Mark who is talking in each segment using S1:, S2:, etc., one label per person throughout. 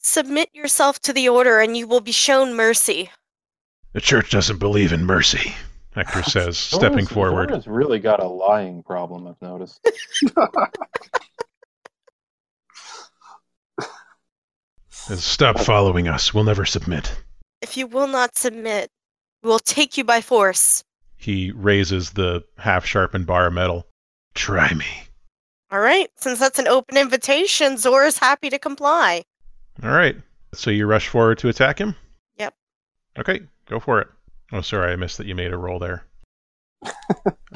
S1: Submit yourself to the order and you will be shown mercy.
S2: The church doesn't believe in mercy, Hector says, stepping
S3: Zora's-
S2: forward.
S3: Zora's really got a lying problem, I've noticed.
S2: Says, Stop following us. We'll never submit.
S1: If you will not submit, we will take you by force.
S2: He raises the half sharpened bar of metal. Try me.
S1: All right, since that's an open invitation, Zora's happy to comply.
S2: All right. So you rush forward to attack him?
S1: Yep.
S2: Okay, go for it. Oh, sorry, I missed that you made a roll there.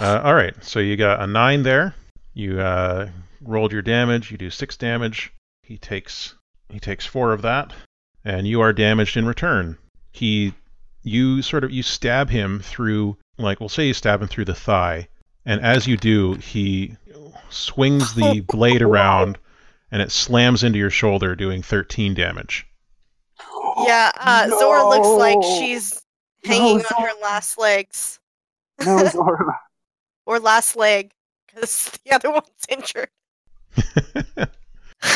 S2: uh, all right, so you got a nine there. You uh, rolled your damage. You do six damage. He takes he takes four of that, and you are damaged in return. He, you sort of you stab him through like we'll say you stab him through the thigh, and as you do, he swings the blade around, and it slams into your shoulder, doing thirteen damage.
S1: Yeah, uh, Zora looks like
S4: No.
S1: she's hanging on
S4: Zora.
S1: her last legs
S4: No, Zora.
S1: or last leg because the other one's injured.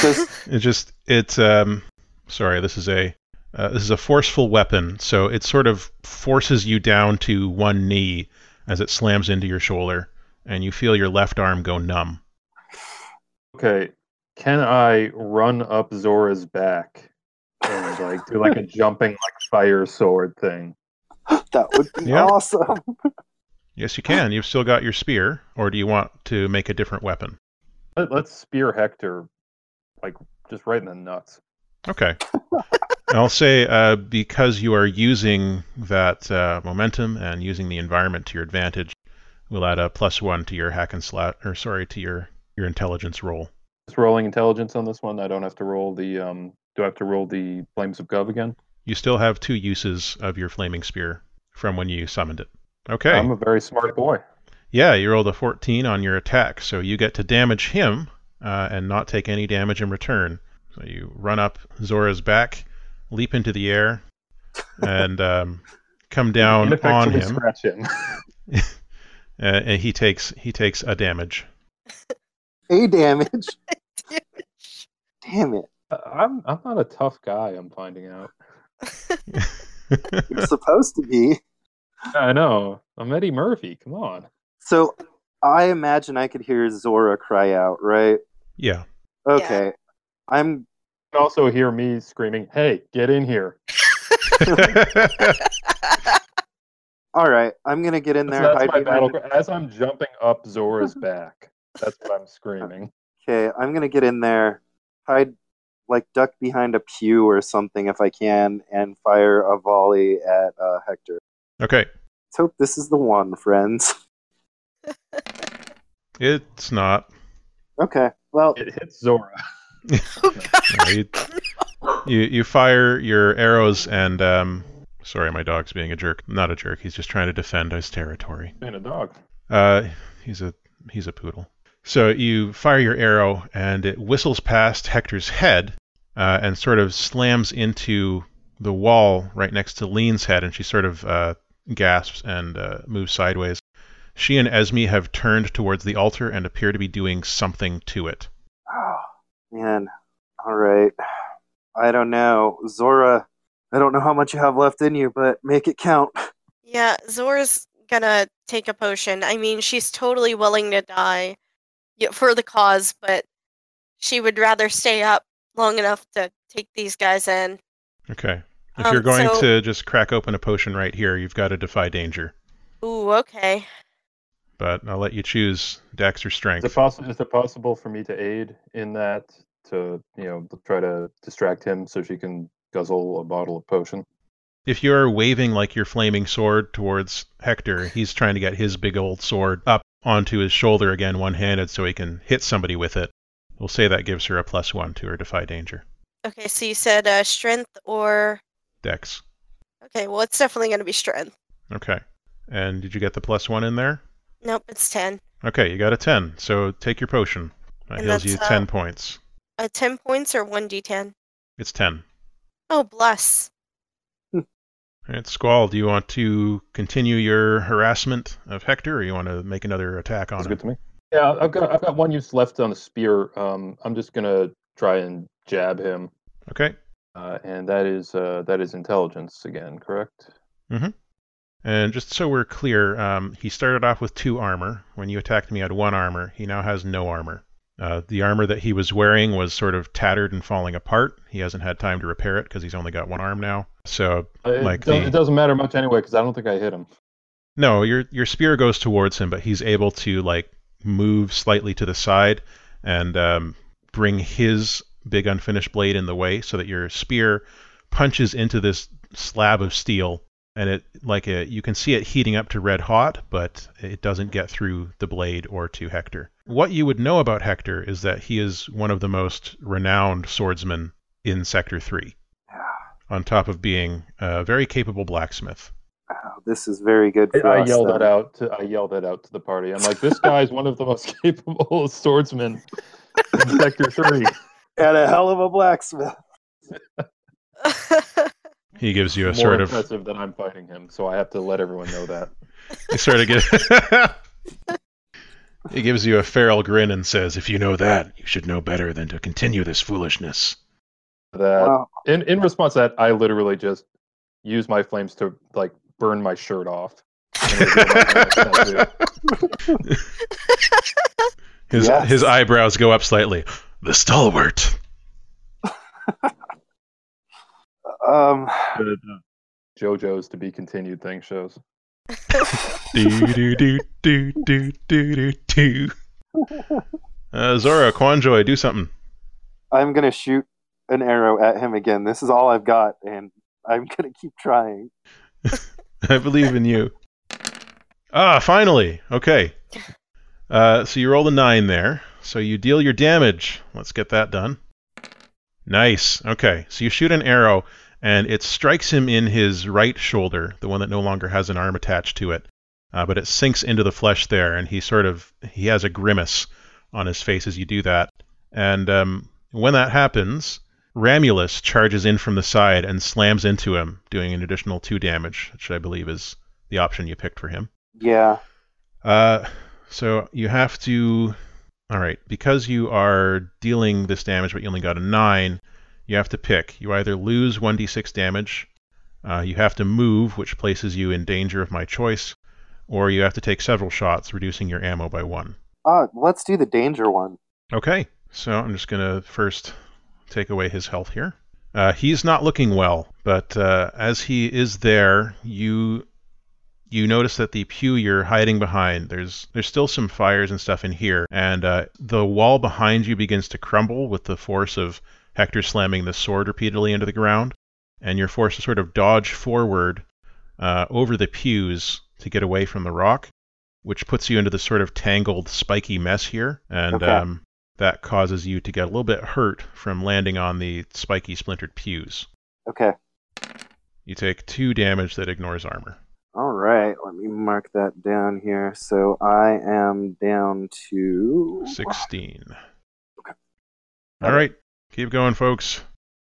S3: Does-
S2: It just it's um sorry, this is a uh, this is a forceful weapon, so it sort of forces you down to one knee as it slams into your shoulder, and you feel your left arm go numb.
S3: okay, can I run up Zora's back and like do like a jumping like fire sword thing?
S4: That would be
S2: Yeah.
S4: awesome.
S2: Yes, you can. You've still got your spear, or do you want to make a different weapon?
S3: Let, let's spear Hector, like just right in the nuts.
S2: Okay. And I'll say uh, because you are using that uh, momentum and using the environment to your advantage, we'll add a plus one to your hack and slot, or sorry, to your your intelligence roll.
S3: Just rolling intelligence on this one. I don't have to roll the um. Do I have to roll the flames of gov again?
S2: You still have two uses of your flaming spear from when you summoned it. Okay.
S3: I'm a very smart boy.
S2: yeah, you rolled a 14 on your attack, so you get to damage him uh, and not take any damage in return. So you run up Zora's back, leap into the air, and um, come down on
S3: Ineffectually
S2: him,
S3: Scratch him.
S2: uh, and he takes he takes a damage.
S4: A damage. Damn it.
S3: I'm I'm not a tough guy. I'm finding out.
S4: You're supposed to be.
S3: I know. I'm Eddie Murphy. Come on.
S4: So I imagine I could hear Zora cry out, right?
S2: yeah.
S4: Okay. I'm
S3: You can also hear me screaming, "Hey, get in here!"
S4: all right. I'm gonna get in there.
S3: that's
S4: and
S3: my
S4: hide
S3: battle
S4: behind.
S3: cry. As I'm jumping up Zora's back, that's what I'm screaming.
S4: Okay, I'm gonna get in there, hide, like duck behind a pew or something if I can, and fire a volley at uh, Hector.
S2: okay.
S4: Let's hope this is the one, friends.
S2: It's not.
S4: Okay. Well,
S3: It hits Zora.
S1: Oh, God.
S2: No, you, you you fire your arrows and um sorry my dog's being a jerk not a jerk he's just trying to defend his territory
S3: Being a dog.
S2: uh he's a he's a poodle so you fire your arrow and it whistles past hector's head uh, and sort of slams into the wall right next to lean's head and she sort of uh, gasps and uh, moves sideways she and esme have turned towards the altar and appear to be doing something to it
S4: man. All right. I don't know, Zora. I don't know how much you have left in you, but make it count.
S1: Yeah, Zora's gonna take a potion. I mean, she's totally willing to die y- for the cause, but she would rather stay up long enough to take these guys in.
S2: Okay. If
S1: Um,
S2: you're going
S1: so-
S2: to just crack open a potion right here, you've got to defy danger.
S1: Ooh, okay.
S2: But I'll let you choose Dex or
S3: Is it,
S2: Strength.
S3: possible, is it possible for me to aid in that to you know to try to distract him so she can guzzle a bottle of potion?
S2: If you're waving like your flaming sword towards Hector, he's trying to get his big old sword up onto his shoulder again, one handed, so he can hit somebody with it. We'll say that gives her a plus one to her defy danger.
S1: Okay, so you said uh, strength or.
S2: Dex.
S1: Okay, well, it's definitely gonna be strength.
S2: Okay. And did you get the plus one in there?
S1: Nope, it's 10.
S2: Okay, you got a 10. So take your potion. That
S1: And
S2: heals
S1: that's,
S2: you
S1: uh,
S2: 10 points.
S1: Uh, 10 points or 1d10?
S2: It's 10.
S1: Oh, bless.
S2: All right, Squall, do you want to continue your harassment of Hector, or you want to make another attack on
S3: Sounds
S2: him?
S3: good to me. Yeah, I've got I've got one use left on the spear. Um, I'm just gonna try and jab him.
S2: Okay.
S3: Uh, and that is uh, that is intelligence again, correct?
S2: And just so we're clear, um, he started off with two armor. When you attacked me, he had one armor. He now has no armor. Uh, the armor that he was wearing was sort of tattered and falling apart. He hasn't had time to repair it because he's only got one arm now. So
S3: Uh, It,
S2: Like
S3: does,
S2: the-
S3: it doesn't matter much anyway because I don't think I hit him.
S2: no, your your spear goes towards him, but he's able to like move slightly to the side and um, bring his big unfinished blade in the way so that your spear punches into this slab of steel and it like a, you can see it heating up to red hot but it doesn't get through the blade or to hector what you would know about hector is that he is one of the most renowned swordsmen in sector 3 on top of being a very capable blacksmith
S4: Wow, this is very good
S3: I,
S4: for
S3: I
S4: us.
S3: yelled
S4: then.
S3: that out. To, I yelled that out to the party. I'm like, this guy's one of the most capable swordsmen in Sector Three.
S4: And a hell of a blacksmith.
S2: he gives you a
S3: More
S2: sort of
S3: impressive than I'm fighting him, so I have to let everyone know that.
S2: He sort of gives. he gives you a feral grin and says, "If you know that, you should know better than to continue this foolishness."
S3: That
S4: wow.
S3: in in response to that, I literally just use my flames to like burn my shirt off. And reveal my Rolex tattoo.
S2: His
S4: Yes.
S2: his eyebrows go up slightly. The stalwart.
S4: Um,
S3: The- the JoJo's to be continued thing shows.
S2: do do do do do do do do. Uh, Zora, Quanjoy, do something.
S4: I'm gonna shoot an arrow at him again. This is all I've got, and I'm gonna keep trying.
S2: I believe in you. Ah, finally. Okay. Uh, so you roll a nine there. So you deal your damage. Let's get that done. Nice. Okay. So you shoot an arrow, and it strikes him in his right shoulder, the one that no longer has an arm attached to it. Uh, but it sinks into the flesh there, and he sort of he has a grimace on his face as you do that. And um, when that happens, Ramulus charges in from the side and slams into him, doing an additional two damage, which I believe is the option you picked for him.
S4: Yeah.
S2: Uh, so you have to. All right, because you are dealing this damage, but you only got a nine, you have to pick. You either lose 1d6 damage, uh, you have to move, which places you in danger of my choice, or you have to take several shots, reducing your ammo by one.
S4: Uh, let's do the danger one.
S2: Okay, so I'm just going to first take away his health here. Uh, he's not looking well, but uh, as he is there, you you notice that the pew you're hiding behind there's there's still some fires and stuff in here, and uh, the wall behind you begins to crumble with the force of Hector slamming the sword repeatedly into the ground, and you're forced to sort of dodge forward uh, over the pews to get away from the rock, which puts you into this sort of tangled, spiky mess here, and
S4: Okay.
S2: um, that causes you to get a little bit hurt from landing on the spiky splintered pews.
S4: Okay.
S2: You take two damage that ignores armor.
S4: All right. Let me mark that down here. So I am down to
S2: 16. All right. Keep going, folks.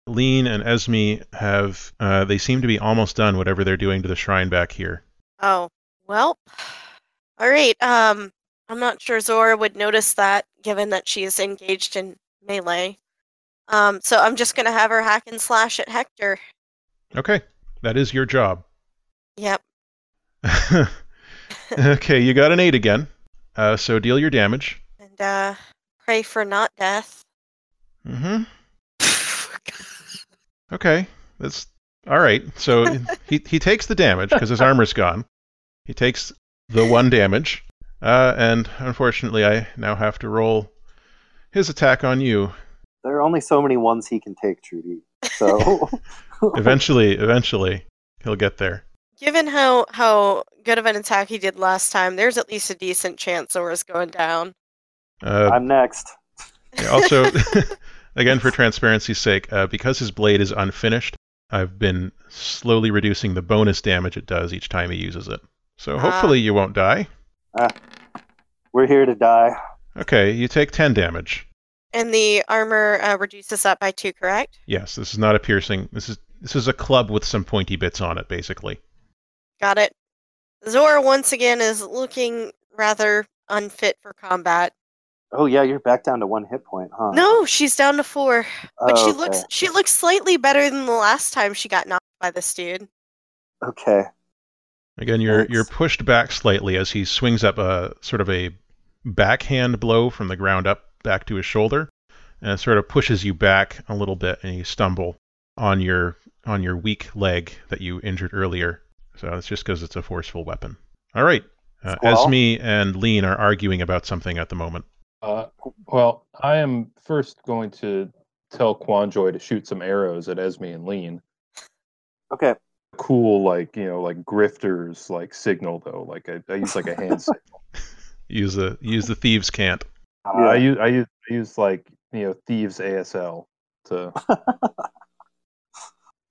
S2: Lean and Esme have, uh, they seem to be almost done whatever they're doing to the shrine back here.
S1: Oh, well. All right. Um, I'm not sure Zora would notice that, given that she is engaged in melee. Um, so I'm just gonna have her hack and slash at Hector.
S2: Okay. That is your job.
S1: Yep.
S2: okay. You got an 8 again. Uh, so deal your damage.
S1: And uh, pray for not death.
S2: Mm hmm. Okay, that's all right. So he he takes the damage because his armor's gone. He takes the one damage, uh, and unfortunately, I now have to roll his attack on you.
S4: There are only so many ones he can take, Trudy. So
S2: Eventually, eventually, he'll get there.
S1: Given how how good of an attack he did last time, there's at least a decent chance Zora's going down.
S2: Uh,
S4: I'm next.
S2: also, again for transparency's sake, uh, because his blade is unfinished, I've been slowly reducing the bonus damage it does each time he uses it. So
S1: Ah.
S2: hopefully, you won't die.
S4: We're here to die.
S2: Okay, you take ten damage.
S1: And the armor uh, reduces that by two, correct?
S2: Yes, this is not a piercing. This is this is a club with some pointy bits on it, basically.
S1: Got it. Zora once again is looking rather unfit for combat.
S4: Oh yeah, you're back down to one hit point, huh?
S1: No, she's down to four. But
S4: Oh,
S1: she
S4: okay.
S1: looks she looks slightly better than the last time she got knocked by this dude.
S4: Okay.
S2: Again, you're
S4: Thanks.
S2: you're pushed back slightly as he swings up a sort of a backhand blow from the ground up back to his shoulder, and it sort of pushes you back a little bit, and you stumble on your on your weak leg that you injured earlier. So it's just because it's a forceful weapon. All right, uh,
S4: Squall?
S2: Esme and Lean are arguing about something at the moment.
S3: Uh, well, I am first going to tell Quanjoy to shoot some arrows at Esme and Lean.
S4: Okay.
S3: Cool, like you know, like grifters, like signal though. Like I, I use like a hand signal.
S2: Use the use the thieves can't.
S3: Uh, I use I use I use like you know thieves ASL to.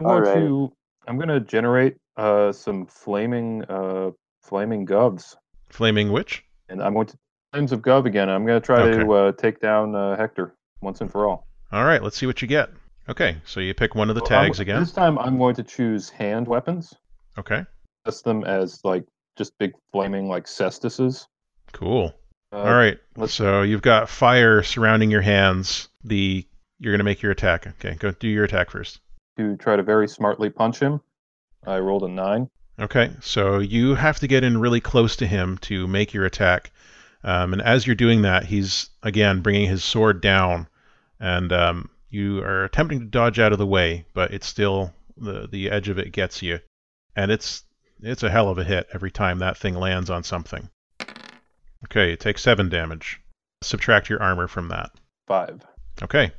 S3: I want
S4: Alright.
S3: to. I'm gonna generate uh, some flaming uh, flaming govs,
S2: Flaming witch.
S3: and I'm going to flames of gov again. I'm gonna try to uh, take down uh, Hector once and for all.
S2: All right, let's see what you get. Okay, so you pick one of the
S3: So I'm-
S2: tags again.
S3: This time I'm going to choose hand weapons.
S2: Okay,
S3: Test them as like just big flaming like cestuses.
S2: cool.
S3: Uh,
S2: All right.
S3: let's-
S2: So you've got fire surrounding your hands. The you're gonna make your attack. Okay, go do your attack first.
S3: To try to very smartly punch him. I rolled a nine.
S2: Okay, so you have to get in really close to him to make your attack. Um, and as you're doing that, he's again bringing his sword down, and um, you are attempting to dodge out of the way, but it's still the the edge of it gets you, and it's it's a hell of a hit every time that thing lands on something. Okay, take seven damage. Subtract your armor from that.
S3: Five.
S2: Okay.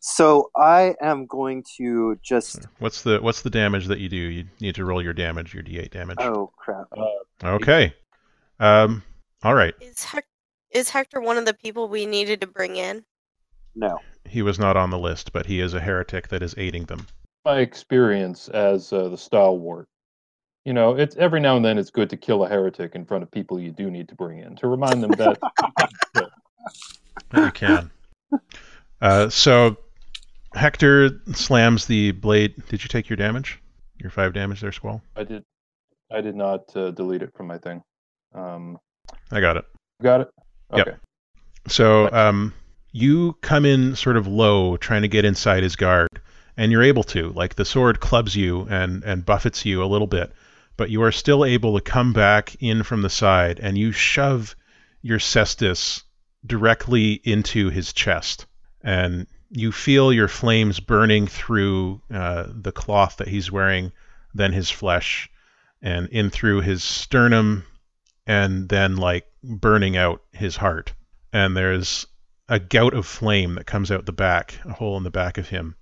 S4: So I am going to just.
S2: What's the what's the damage that you do? You need to roll your damage, your d8 damage.
S4: Oh crap.
S2: Okay. Um. All right.
S1: Is Hec- is Hector one of the people we needed to bring in?
S4: No.
S2: He was not on the list, but he is a heretic that is aiding them.
S3: my experience as uh, the stalwart. You know, it's every now and then it's good to kill a heretic in front of people you do need to bring in to remind them that
S2: You can. Uh. So, Hector slams the blade. Did you take your damage? Your five damage there, Squall.
S3: I did, I did not uh, delete it from my thing. Um,
S2: I got it.
S3: got it.
S2: Yep.
S3: Okay.
S2: So, um, you come in sort of low, trying to get inside his guard, and you're able to. Like the sword clubs you and and buffets you a little bit, but you are still able to come back in from the side, and you shove your cestus directly into his chest, and you feel your flames burning through uh, the cloth that he's wearing, then his flesh, and in through his sternum, and then like burning out his heart and there's a gout of flame that comes out the back, a hole in the back of him,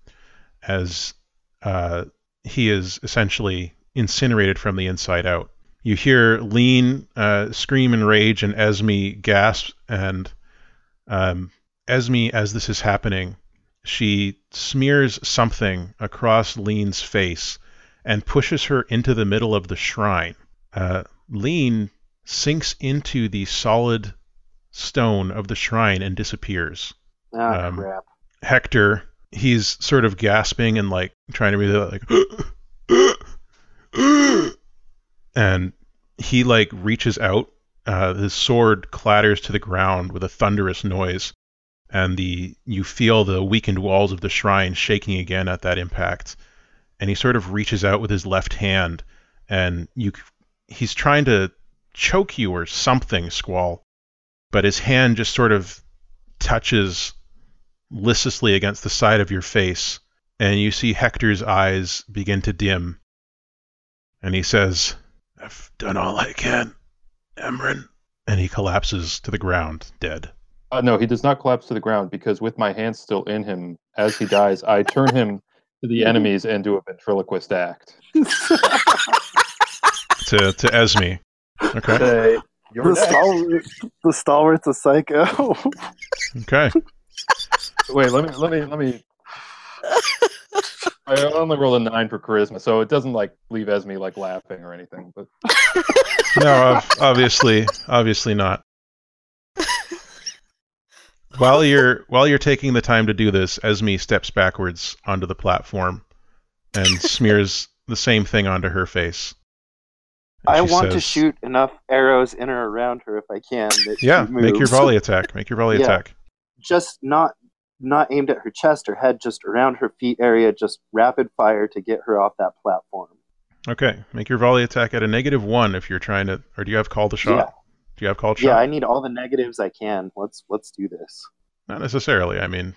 S2: as uh, he is essentially incinerated from the inside out. You hear Lean uh, scream in rage, and Esme gasp. And um, Esme, as this is happening, she smears something across Lean's face and pushes her into the middle of the shrine. Uh, Lean sinks into the solid stone of the shrine and disappears.
S4: Oh,
S2: Um,
S4: crap.
S2: Hector, he's sort of gasping and like trying to be like, and he like reaches out. Uh, his sword clatters to the ground with a thunderous noise, and the you feel the weakened walls of the shrine shaking again at that impact. And he sort of reaches out with his left hand, and you c- he's trying to choke you or something, Squall, but his hand just sort of touches listlessly against the side of your face, and you see Hector's eyes begin to dim. And he says, I've done all I can, Emran. And he collapses to the ground, dead.
S3: Uh, no, he does not collapse to the ground because with my hands still in him as he dies, I turn him to the enemies and do a ventriloquist act.
S2: To, to Esme. Okay.
S3: Say, "You're
S4: The
S3: next."
S4: stalwart, the stalwart's a psycho.
S2: Okay.
S3: Wait, let me, let me, let me. I only rolled a nine for charisma, so it doesn't like leave Esme like laughing or anything. But
S2: No, ob- obviously, obviously not. While you're while you're taking the time to do this, Esme steps backwards onto the platform and smears the same thing onto her face. And
S4: I
S2: she
S4: want to
S2: says-
S4: shoot enough arrows in or around her if I can. That she
S2: Yeah, make your
S4: moves.
S2: volley attack. Make your volley
S4: Yeah.
S2: attack.
S4: Just not not aimed at her chest or head, just around her feet area, just rapid fire to get her off that platform.
S2: Okay, make your volley attack at a negative one if you're trying to, or do you have called a shot? Do you have called shot?
S4: Yeah, I need all the negatives I can. Let's let's do this.
S2: Not necessarily. I mean,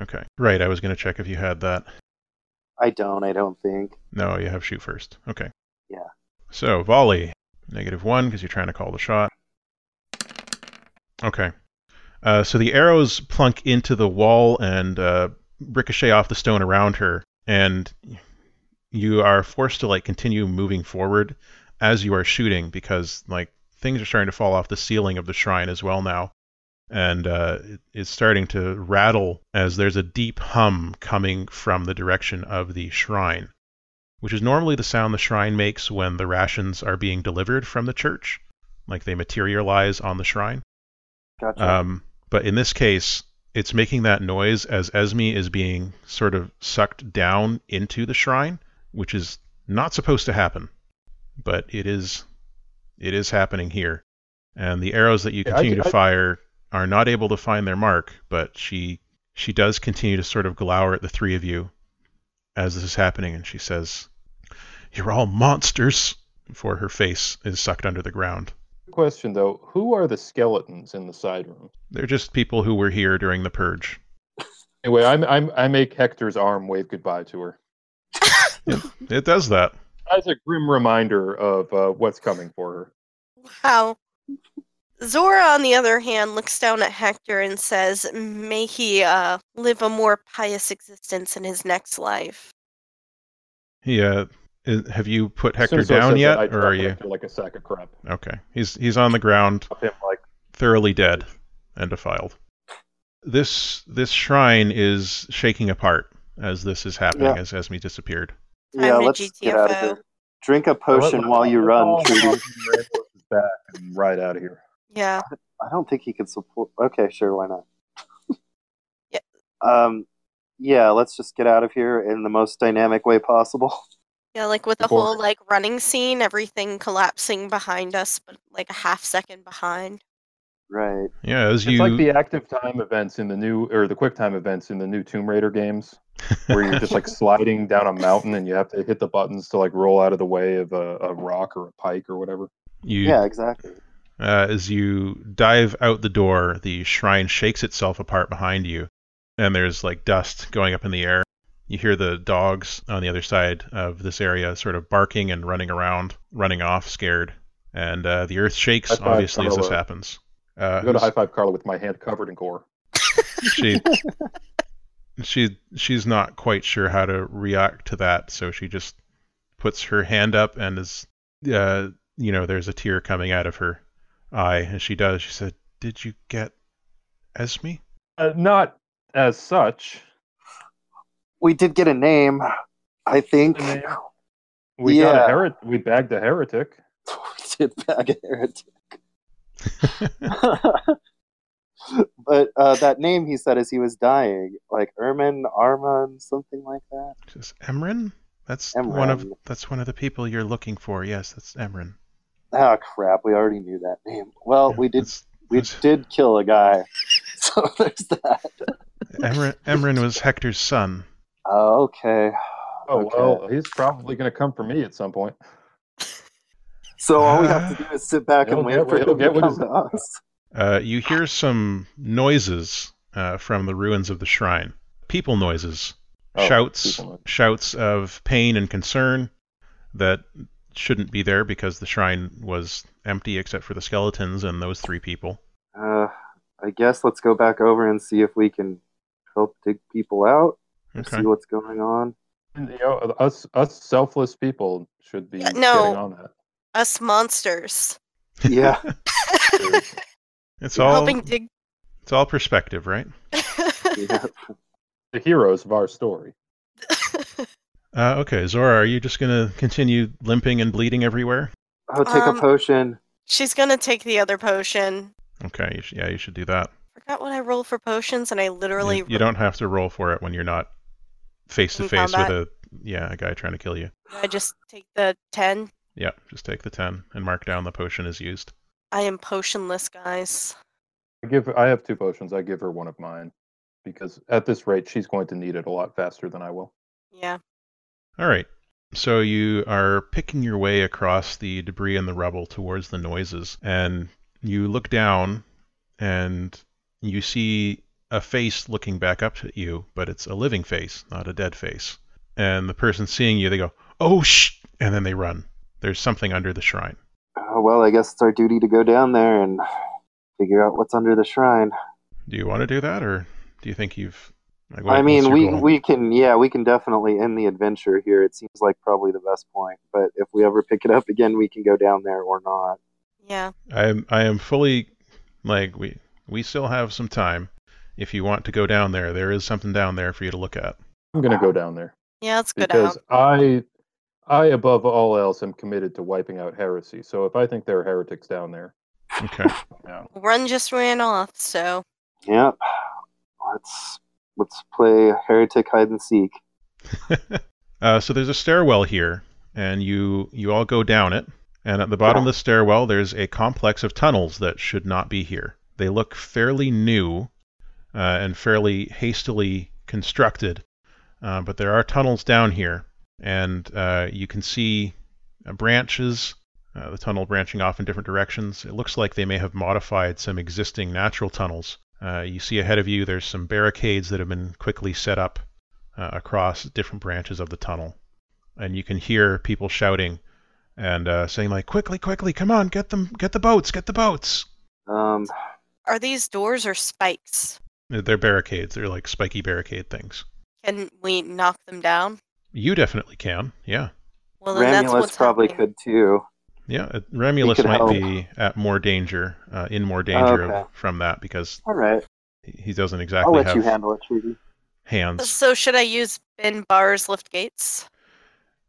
S2: okay, right. I was going to check if you had that.
S4: I don't. I don't think.
S2: No, you have shoot first. Okay.
S4: Yeah.
S2: So volley negative one because you're trying to call the shot. Okay. Uh, so the arrows plunk into the wall and uh, ricochet off the stone around her, and you are forced to like continue moving forward as you are shooting because like things are starting to fall off the ceiling of the shrine as well now, and uh, it- it's starting to rattle as there's a deep hum coming from the direction of the shrine which is normally the sound the shrine makes when the rations are being delivered from the church, like they materialize on the shrine.
S4: Gotcha.
S2: Um, but in this case, it's making that noise as Esme is being sort of sucked down into the shrine, which is not supposed to happen, but it is, it is happening here. And the arrows that you
S3: Yeah, I
S2: continue
S3: ju-
S2: to
S3: I-
S2: fire are not able to find their mark, but she she does continue to sort of glower at the three of you as this is happening, and she says, "You're all monsters." For her face is sucked under the ground.
S3: Question though, who are the skeletons in the side room?
S2: They're just people who were here during the purge.
S3: Anyway, I'm, I'm I make Hector's arm wave goodbye to her
S2: It does that.
S3: as a grim reminder of uh, what's coming for her.
S1: Wow. Zora, on the other hand, looks down at Hector and says, May he uh, live a more pious existence in his next life.
S2: Yeah. Is, uh, have you put
S3: As soon
S2: Hector
S3: as I
S2: down
S3: said
S2: yet,
S3: that, I
S2: or
S3: dropped
S2: are you
S3: Hector like a sack of crap?
S2: okay? He's he's on the ground,
S3: Up him like
S2: thoroughly dead and defiled. This this shrine is shaking apart as this is happening,
S4: Yeah.
S2: as Esme disappeared.
S4: yeah,
S1: I'm a
S4: let's get out of
S1: GTFO.
S4: here. Drink a potion
S3: Let- let-
S4: while you
S3: let
S4: run,
S3: all
S4: Trudy.
S3: Hawkins and Rambo's back and ride out of here.
S1: Yeah.
S4: I don't think he could support. Okay, sure, why not?
S1: Yeah.
S4: Um, yeah, let's just get out of here in the most dynamic way possible.
S1: Yeah, like with the
S3: Before-
S1: whole like running scene, everything collapsing behind us, but like a half second behind.
S4: Right.
S2: Yeah, as
S3: It's
S2: you
S3: like the active time events in the new or the quick time events in the new Tomb Raider games, where you're just like sliding down a mountain and you have to hit the buttons to like roll out of the way of a, a rock or a pike or whatever.
S2: you
S4: Yeah, exactly.
S2: Uh, as you dive out the door, the shrine shakes itself apart behind you, and there's like dust going up in the air. You hear the dogs on the other side of this area sort of barking and running around, running off, scared. And uh, the earth shakes,
S3: High five,
S2: obviously, as this
S3: Carla.
S2: happens. Uh,
S3: I go to
S2: who's-
S3: high five Carla with my hand covered in gore.
S2: she she she's not quite sure how to react to that, so she just puts her hand up and is uh you know, there's a tear coming out of her eye and she does. She said, Did you get Esme?
S3: Uh, not as such.
S4: We did get a name, I think.
S3: A name? We got
S4: Yeah.
S3: a heret- We bagged a heretic.
S4: we did bag a heretic. but uh, that name he said as he was dying, like Ermin, Arman, something like that.
S2: She says, Emrin? That's one of
S4: Emrin.
S2: that's one of the people you're looking for. Yes, that's Emrin.
S4: Ah, crap. We already knew that name. Well,
S2: Yeah,
S4: we did.
S2: that's-
S4: We
S2: that's-
S4: did kill a guy. So there's that.
S2: Emrin, Emrin was Hector's son.
S4: Oh, okay.
S3: Oh
S4: Okay.
S3: well, he's probably going to come for me at some point.
S4: So all we have to do is sit back
S3: He'll
S4: and wait
S3: get-
S4: for
S3: he'll
S4: him
S3: get
S4: to
S3: what
S4: come
S3: he's-
S4: to us.
S2: Uh, you hear some noises uh, from the ruins of the shrine. People noises.
S3: Oh,
S2: shouts
S3: people know.
S2: shouts of pain and concern that shouldn't be there because the shrine was empty except for the skeletons and those three people.
S4: Uh, I guess let's go back over and see if we can help dig people out.
S2: Okay.
S4: See what's going on.
S3: And, you know, us us selfless people should be
S1: Yeah,
S3: getting
S1: no.
S3: on that.
S1: Us monsters.
S4: Yeah.
S2: It's all
S1: Helping dig
S2: it's all perspective, right?
S4: yeah.
S3: The heroes of our story.
S2: Uh, okay, Zora, are you just gonna continue limping and bleeding everywhere?
S4: Oh, take
S1: Um,
S4: a potion.
S1: She's gonna take the other potion.
S2: Okay, you should, yeah, you should do that.
S1: Forgot what I roll for potions and I
S2: You-
S1: literally
S2: you, don't have to roll for it when you're not face to
S1: In
S2: face with
S1: combat.
S2: a yeah, a guy trying to kill you.
S1: I just take the 10.
S2: Yeah, just take the 10 and mark down the potion is used.
S1: I am potionless, guys.
S3: I give. I have two potions. I give her one of mine because at this rate, she's going to need it a lot faster than I will.
S1: Yeah.
S2: All right. So you are picking your way across the debris and the rubble towards the noises, and you look down and you see a face looking back up at you, but it's a living face, not a dead face. And the person seeing you, they go, "Oh sh!" and then they run. There's something under the shrine.
S4: Uh, well, I guess it's our duty to go down there and figure out what's under the shrine.
S2: Do you want to do that, or do you think you've? Like,
S4: I
S2: what- what's
S4: mean,
S2: your
S4: we
S2: goal?
S4: we can yeah, we can definitely end the adventure here. It seems like probably the best point. But if we ever pick it up again, we can go down there or not.
S1: Yeah.
S2: I am I am fully like we we still have some time. If you want to go down there, there is something down there for you to look at.
S3: I'm going to go down there
S1: Yeah, let's go down.
S3: because I, I above all else, am committed to wiping out heresy. So if I think there are heretics down there,
S2: Okay.
S3: no.
S1: Run just ran off, so
S4: Yep. Let's let's play heretic hide and seek.
S2: uh, so there's a stairwell here, and you you all go down it. And at the bottom of the stairwell, there's a complex of tunnels that should not be here. They look fairly new uh, and fairly hastily constructed, uh, but there are tunnels down here, and uh, you can see uh, branches. Uh, the tunnel branching off in different directions. It looks like they may have modified some existing natural tunnels. Uh, you see ahead of you, there's some barricades that have been quickly set up uh, across different branches of the tunnel, and you can hear people shouting and uh, saying like, "Quickly, quickly, come on, get them, get the boats, get the boats!"
S4: Um,
S1: are these doors or spikes?
S2: They're barricades. They're like spiky barricade things.
S1: Can we knock them down?
S2: You definitely can, yeah,
S1: Well, then that's
S4: Ramulus
S1: what's
S4: probably
S1: happening.
S4: could too.
S2: yeah. uh, Remulus
S4: could
S2: might
S4: help.
S2: be at more danger, uh, in more danger of-
S4: Okay.
S2: from that because
S4: All right,
S2: he he doesn't
S4: I'll
S2: exactly
S4: let you
S2: have
S4: handle it, Trudy.
S2: hands.
S1: So should I use bin bars lift gates?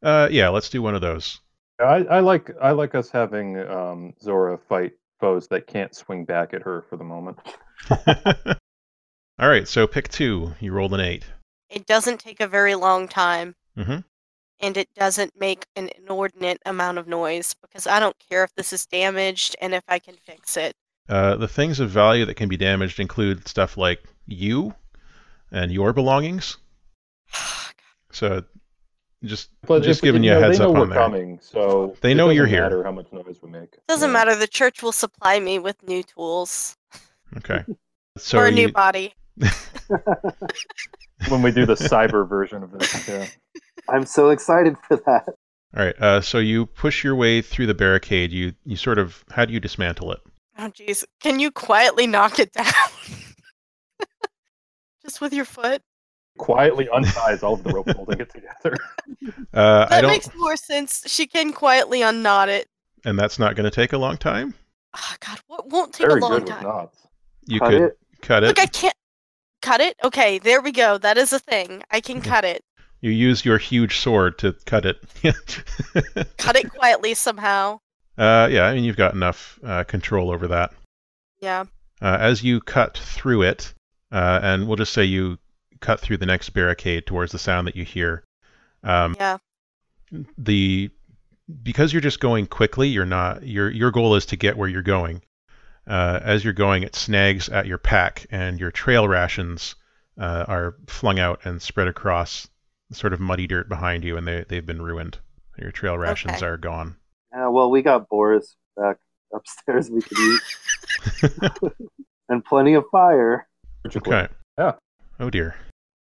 S2: Uh, yeah, let's do one of those.
S3: I, I like I like us having um, Zora fight foes that can't swing back at her for the moment.
S2: All right, so pick two. You rolled an eight.
S1: It doesn't take a very long time.
S2: Mhm.
S1: And it doesn't make an inordinate amount of noise because I don't care if this is damaged and if I can fix it.
S2: Uh, the things of value that can be damaged include stuff like you and your belongings. So just just giving you a
S3: know,
S2: heads
S3: they know
S2: up
S3: we're
S2: on that.
S3: coming, so
S2: They
S3: it
S2: know you're
S3: doesn't
S2: here.
S3: Matter how much noise we make.
S1: Doesn't
S3: Yeah.
S1: matter. The church will supply me with new tools
S2: Okay. So
S1: or a
S2: you,
S1: new body.
S3: when we do the cyber version of this. Yeah.
S4: I'm so excited for that.
S2: all right. Uh, so you push your way through the barricade. You you sort of how do you dismantle it?
S1: Oh, jeez. Can you quietly knock it down? Just with your foot?
S3: Quietly unties all of the rope holding it together.
S2: Uh, I
S1: That
S2: don't,
S1: makes more sense. She can quietly unknot it.
S2: and that's not going to take a long time.
S1: Oh, God, what won't take
S3: Very
S1: a long
S3: good with
S1: time?
S3: knots.
S2: You
S4: Cut
S2: could
S4: it.
S2: cut it.
S1: Look, I can't cut it. Okay, there we go. That is a thing. I can
S2: Mhm.
S1: cut it.
S2: You use your huge sword to cut it.
S1: Cut it quietly somehow.
S2: uh, yeah, I mean you've got enough uh, control over that.
S1: Yeah.
S2: uh, as you cut through it, uh, and we'll just say you cut through the next barricade towards the sound that you hear. Um,
S1: Yeah.
S2: the because you're just going quickly, you're not your your goal is to get where you're going. Uh, as you're going, it snags at your pack, and your trail rations uh, are flung out and spread across sort of muddy dirt behind you, and they they've been ruined. Your trail rations
S1: Okay.
S2: are gone.
S4: Uh, well, we got Boris back upstairs. We could eat and plenty of fire.
S2: Okay.
S3: Yeah.
S2: Oh dear.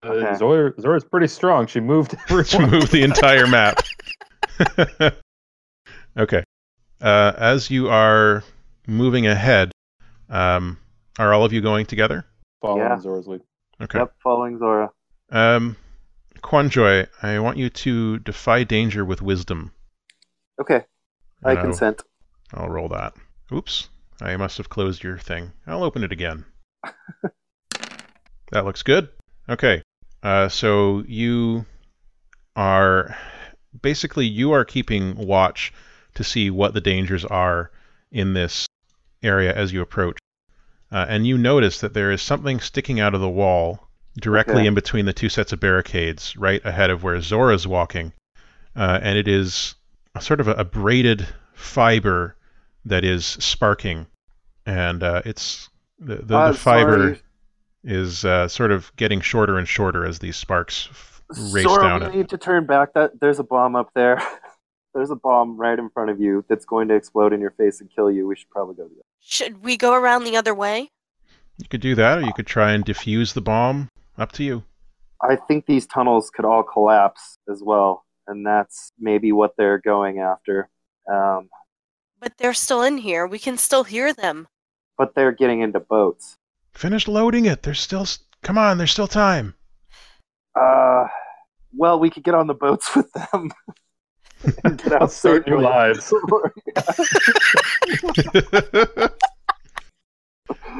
S3: Uh,
S4: Okay.
S3: Zora, Zora's pretty strong. She moved
S2: Let's
S3: everyone.
S2: move the entire map. okay. Uh, as you are moving ahead, um, are all of you going together?
S3: following
S4: Yeah.
S3: Zora's lead.
S2: Okay.
S4: Yep, following Zora.
S2: Um, Quanjoy, I want you to defy danger with wisdom.
S4: Okay, I
S2: Uh,
S4: consent.
S2: I'll roll that. Oops. I must have closed your thing. I'll open it again. that looks good. Okay. Uh, so you are basically you are keeping watch to see what the dangers are in this area as you approach. Uh, and you notice that there is something sticking out of the wall directly
S4: Okay.
S2: in between the two sets of barricades, right ahead of where Zora's walking. Uh, and it is a sort of a, a braided fiber that is sparking. And uh, it's the, the,
S4: Ah,
S2: the fiber
S4: sorry.
S2: is uh, sort of getting shorter and shorter as these sparks f- race
S4: Sora,
S2: down
S4: we
S2: it.
S4: need to turn back. That there's a bomb up there. there's a bomb right in front of you that's going to explode in your face and kill you. We should probably go. The other.
S1: Should we go around the other way?
S2: You could do that, or you could try and defuse the bomb. Up to you.
S4: I think these tunnels could all collapse as well, and that's maybe what they're going after. Um,
S1: But they're still in here. We can still hear them.
S4: but they're getting into boats.
S2: Finish loading it. There's still. s- Come on, there's still time.
S4: Uh, well, we could get on the boats with them. and get out
S3: Let's start new
S4: safely.
S3: lives.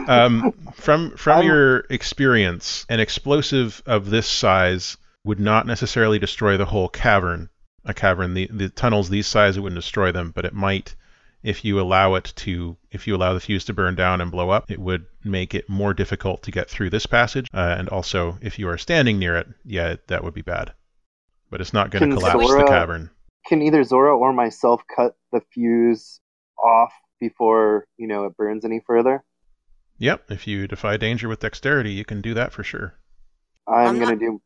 S2: um, from from
S4: I'm-
S2: your experience, an explosive of this size would not necessarily destroy the whole cavern. A cavern, the, the tunnels these size, it wouldn't destroy them, but it might, if you allow it to, if you allow the fuse to burn down and blow up, it would make it more difficult to get through this passage. Uh, and also, if you are standing near it, yeah, that would be bad. But it's not going
S4: Can
S2: to collapse the
S4: Sora-
S2: cavern.
S4: can either Zora or myself cut the fuse off before you know it burns any further?
S2: Yep, if you defy danger with dexterity, you can do that for sure.
S4: I'm,
S1: I'm
S4: gonna do.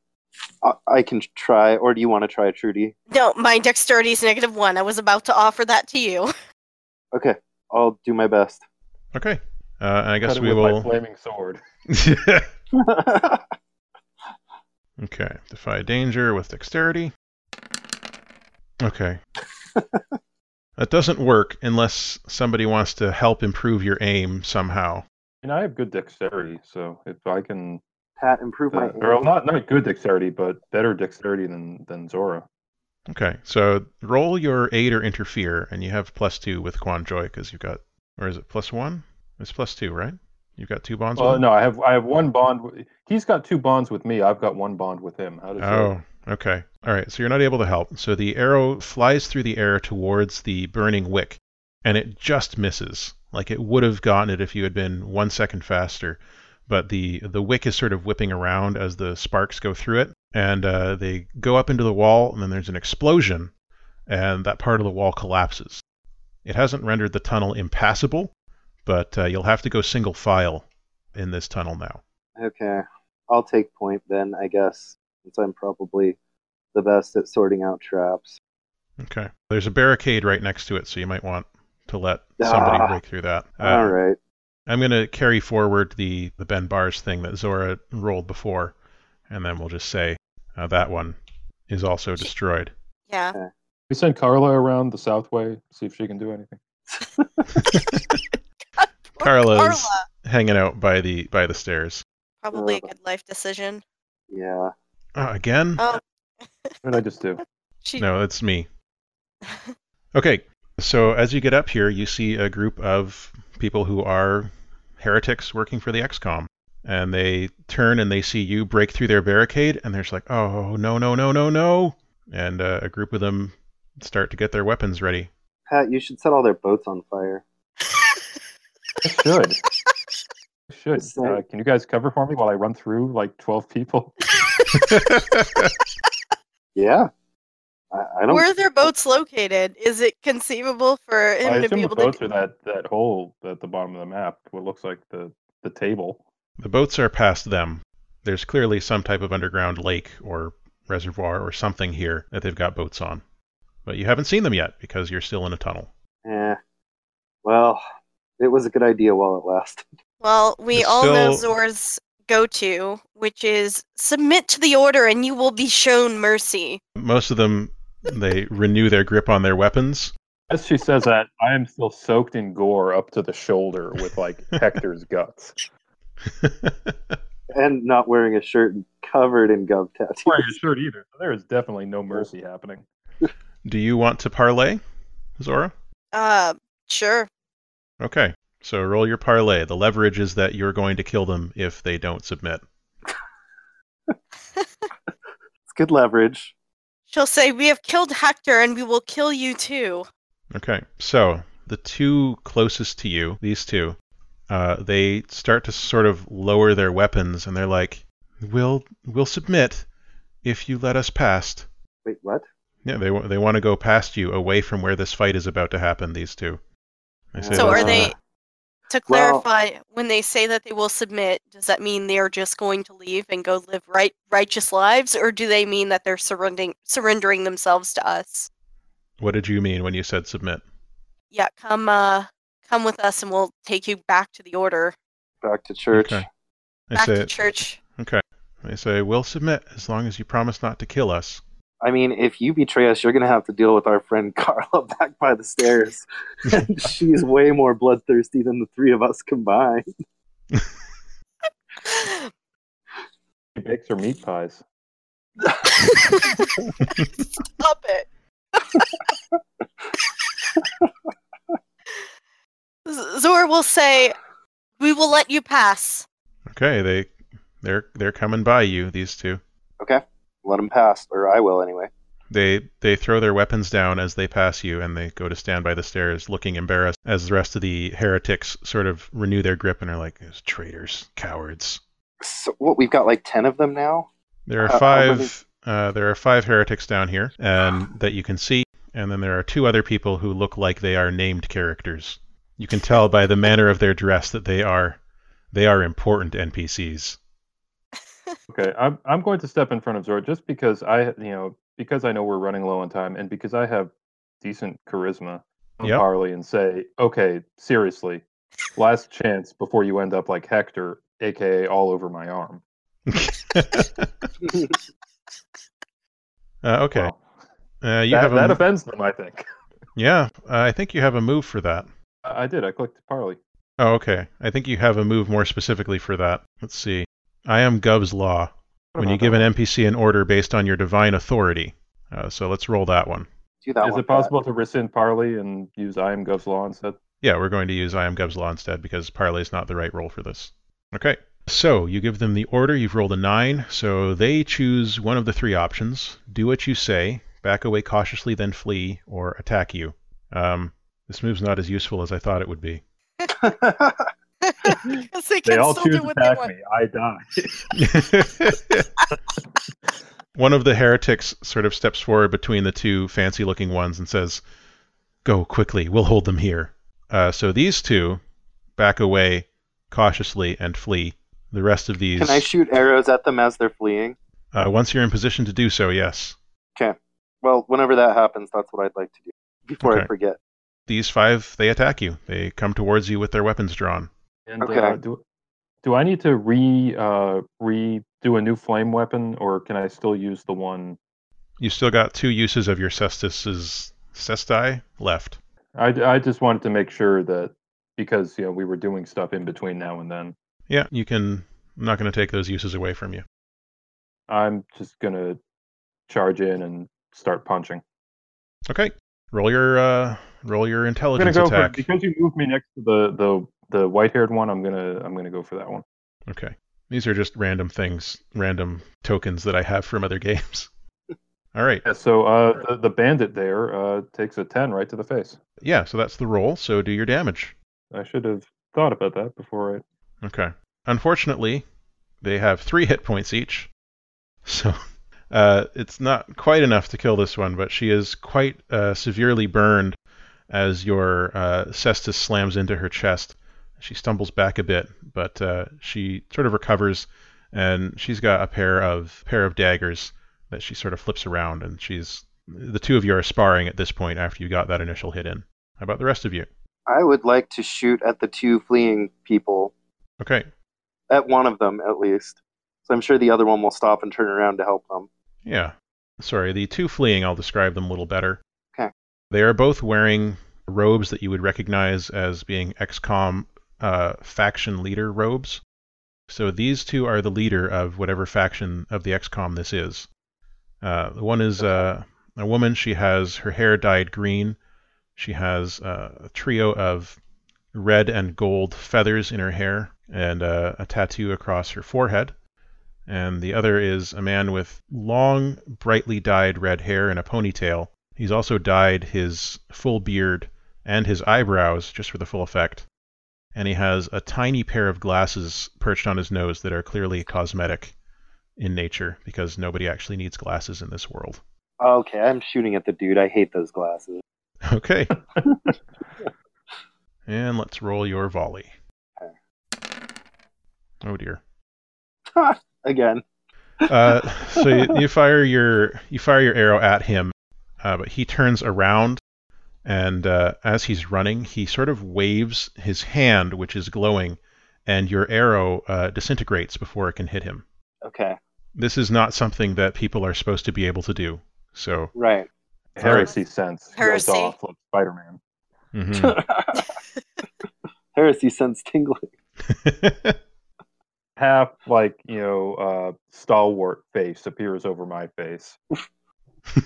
S4: I, I can try, or do you want to try, Trudy?
S1: No, my dexterity is negative one. I was about to offer that to you.
S4: Okay, I'll do my best.
S2: Okay. Uh, and I guess
S3: Cut it
S2: we
S3: with
S2: will.
S3: my flaming sword.
S2: Okay, defy danger with dexterity. Okay. that doesn't work unless somebody wants to help improve your aim somehow.
S3: And I have good dexterity, so if I can,
S4: Pat, improve my.
S3: uh, or well, not not good dexterity, but better dexterity than than Zora.
S2: Okay, so roll your aid or interfere, and you have plus two with Quan Joy because you've got, or is it plus one? It's plus two, right? You've got two bonds.
S3: Well,
S2: with it?
S3: Uh, no, I have I have one bond. w- He's got two bonds with me. I've got one bond with him. How does that-
S2: Oh, okay. All right. So you're not able to help. So the arrow flies through the air towards the burning wick, and it just misses. Like it would have gotten it if you had been one second faster, but the the wick is sort of whipping around as the sparks go through it, and uh, they go up into the wall, and then there's an explosion, and that part of the wall collapses. It hasn't rendered the tunnel impassable, but uh, you'll have to go single file in this tunnel now.
S4: Okay, I'll take point then, I guess, since I'm probably the best at sorting out traps.
S2: Okay. There's a barricade right next to it, so you might want to let somebody
S4: Ah.
S2: break through that. Uh,
S4: All right.
S2: I'm going to carry forward the, the Ben Bars thing that Zora rolled before, and then we'll just say uh, that one is also destroyed.
S1: Yeah.
S3: We send Carla around the south way. See if she can do anything.
S1: Poor
S2: Carla's
S1: Carla.
S2: hanging out by the by the stairs.
S1: Probably a good life decision.
S4: Yeah.
S2: Uh, again?
S1: Oh,
S3: What did I just do?
S1: she.
S2: No, that's me. Okay, so as you get up here, you see a group of people who are heretics working for the XCOM. And they turn and they see you break through their barricade, and they're just like, oh, no, no, no, no, no. And uh, a group of them start to get their weapons ready.
S4: Pat, you should set all their boats on fire.
S3: I should. I should.
S4: So-
S3: Uh, can you guys cover for me while I run through like twelve people?
S4: Yeah. I, I don't.
S1: Where are their boats located? Is it conceivable for him
S3: I
S1: to be
S3: assume the
S1: able to?
S3: boats are that that hole at the bottom of the map. What looks like the the table.
S2: the boats are past them. There's clearly some type of underground lake or reservoir or something here that they've got boats on. But you haven't seen them yet because you're still in a tunnel.
S4: Eh. Well, it was a good idea while it lasted.
S1: Well, we
S2: It's
S1: all know
S2: still-
S1: Zor's go-to, which is submit to the order and you will be shown mercy.
S2: Most of them, they renew their grip on their weapons.
S3: As she says that, I am still soaked in gore up to the shoulder with like Hector's guts.
S4: and not wearing a shirt and covered in gov tattoos.
S3: Not wearing a shirt either. So there is definitely no mercy happening.
S2: Do you want to parlay, Zora?
S1: Uh, sure.
S2: Okay. So roll your parlay. The leverage is that you're going to kill them if they don't submit.
S4: It's good leverage.
S1: She'll say, "We have killed Hector, and we will kill you too."
S2: Okay. So the two closest to you, these two, uh, they start to sort of lower their weapons and they're like, We'll we'll submit if you let us past.
S4: Wait, what?
S2: Yeah, they wa- they want to go past you, away from where this fight is about to happen. These two. I say
S1: So
S2: let's
S1: are
S2: do
S1: they
S2: that.
S1: to
S4: Well-
S1: clarify when they say that they will submit, does that mean they're just going to leave and go live right righteous lives or do they mean that they're surrendering surrendering themselves to us?
S2: What did you mean when you said submit?
S1: Yeah, come uh come with us and we'll take you back to the order,
S4: Back to church.
S2: Okay. I
S1: back
S2: say
S1: to church.
S2: I say we'll submit as long as you promise not to kill us.
S4: I mean, if you betray us, you're going to have to deal with our friend Carla back by the stairs. And She's way more bloodthirsty than the three of us combined.
S3: She bakes her meat pies.
S1: Stop it. Z- Zor will say, "We will let you pass."
S2: Okay, they they're they're coming by you. These two.
S4: Let him pass, or I will anyway.
S2: They they throw their weapons down as they pass you, and they go to stand by the stairs, looking embarrassed as the rest of the heretics sort of renew their grip and are like, "Those traitors, cowards."
S4: So, what, we've got like 10 of them now?
S2: There are
S4: Uh, how many-
S2: five. Uh, there are five heretics down here, and that you can see, and then there are two other people who look like they are named characters. You can tell by the manner of their dress that they are they are important NPCs.
S3: Okay, I'm I'm going to step in front of Zora just because I you know because I know we're running low on time and because I have decent charisma. I'm
S2: Yep.
S3: Harley and say, okay, seriously, last chance before you end up like Hector, aka all over my arm.
S2: Uh, okay,
S3: Wow.
S2: uh, you
S3: that,
S2: have a,
S3: that
S2: m-
S3: offends them, I think.
S2: yeah. Uh, I think you have a move for that.
S3: I I did. I clicked Parley.
S2: Oh, okay. I think you have a move more specifically for that. Let's see. I am Gov's Law.
S3: What
S2: When you
S3: about
S2: give
S3: that
S2: an NPC an order based on your divine authority. Uh, so let's roll that one.
S4: Do that
S3: one? Is
S4: one,
S3: it possible to rescind Parley and use I am Gov's law instead?
S2: Yeah, we're going to use I am Gov's Law instead because Parley's not the right role for this. Okay. So you give them the order. You've rolled a nine. So they choose one of the three options do what you say, back away cautiously, then flee, or attack you. Um, this move's not as useful as I thought it would be.
S4: Pat?
S1: 'Cause they
S3: They
S1: can
S3: all
S1: still
S3: choose
S1: do
S3: to
S1: what they
S3: attack
S1: want.
S3: me. I die.
S2: one of the heretics sort of steps forward between the two fancy looking ones and says, Go quickly, we'll hold them here. Uh, so these two back away cautiously and flee. The rest of these,
S4: Can I shoot arrows at them as they're fleeing?
S2: uh, once you're in position to do so, yes.
S4: Well, whenever that happens, that's what I'd like to do before
S2: Okay.
S4: I forget.
S2: These five, they attack you. They come towards you with their weapons drawn.
S3: And
S4: Okay.
S3: uh, do, do I need to re uh, re do a new flame weapon, or can I still use the one?
S2: You still got two uses of your cestus's cestai left.
S3: I, I just wanted to make sure that because you know we were doing stuff in between now and then.
S2: Yeah, you can. I'm not going to take those uses away from you.
S3: I'm just gonna charge in and start punching.
S2: Okay. Roll your uh, roll your
S3: I'm gonna
S2: intelligence
S3: go for
S2: attack.
S3: because you moved me next to the the the white haired one. I'm gonna I'm gonna go for that one.
S2: Okay. These are just random things, random tokens that I have from other games. All right.
S3: Yeah, so uh, the, the bandit there uh, takes a ten right to the face.
S2: Yeah, so that's the roll. So do your damage.
S3: I should have thought about that before I
S2: Okay. Unfortunately, they have three hit points each. So uh, it's not quite enough to kill this one, but she is quite uh, severely burned as your uh, cestus slams into her chest. She stumbles back a bit, but uh, she sort of recovers, and she's got a pair of pair of daggers that she sort of flips around, and she's the two of you are sparring at this point after you got that initial hit in. How about the rest of you?
S4: I would like to shoot at the two fleeing people,
S2: Okay,
S4: at one of them at least. So I'm sure the other one will stop and turn around to help them.
S2: Yeah. Sorry, the two fleeing, I'll describe them a little better.
S4: Okay.
S2: They are both wearing robes that you would recognize as being XCOM uh, faction leader robes. So these two are the leader of whatever faction of the XCOM this is. Uh, the one is uh, a woman. She has her hair dyed green. She has uh, a trio of red and gold feathers in her hair and uh, a tattoo across her forehead and the other is a man with long, brightly dyed red hair and a ponytail. He's also dyed his full beard and his eyebrows just for the full effect. And he has a tiny pair of glasses perched on his nose that are clearly cosmetic. in nature because nobody actually needs glasses in this world.
S4: Okay, I'm shooting at the dude. I hate those glasses.
S2: Okay. and let's roll your volley. Oh dear.
S4: Again.
S2: Uh, so you, you fire your you fire your arrow at him, uh, but he turns around, and uh, as he's running, he sort of waves his hand, which is glowing, and your arrow uh, disintegrates before it can hit him.
S4: Okay,
S2: This is not something that people are supposed to be able to do. So,
S4: right.
S3: Heresy sense
S1: Heresy.
S3: goes off of Spider Man.
S2: mhm.
S4: Heresy sense tingling.
S3: Half like you know uh, stalwart face appears over my face.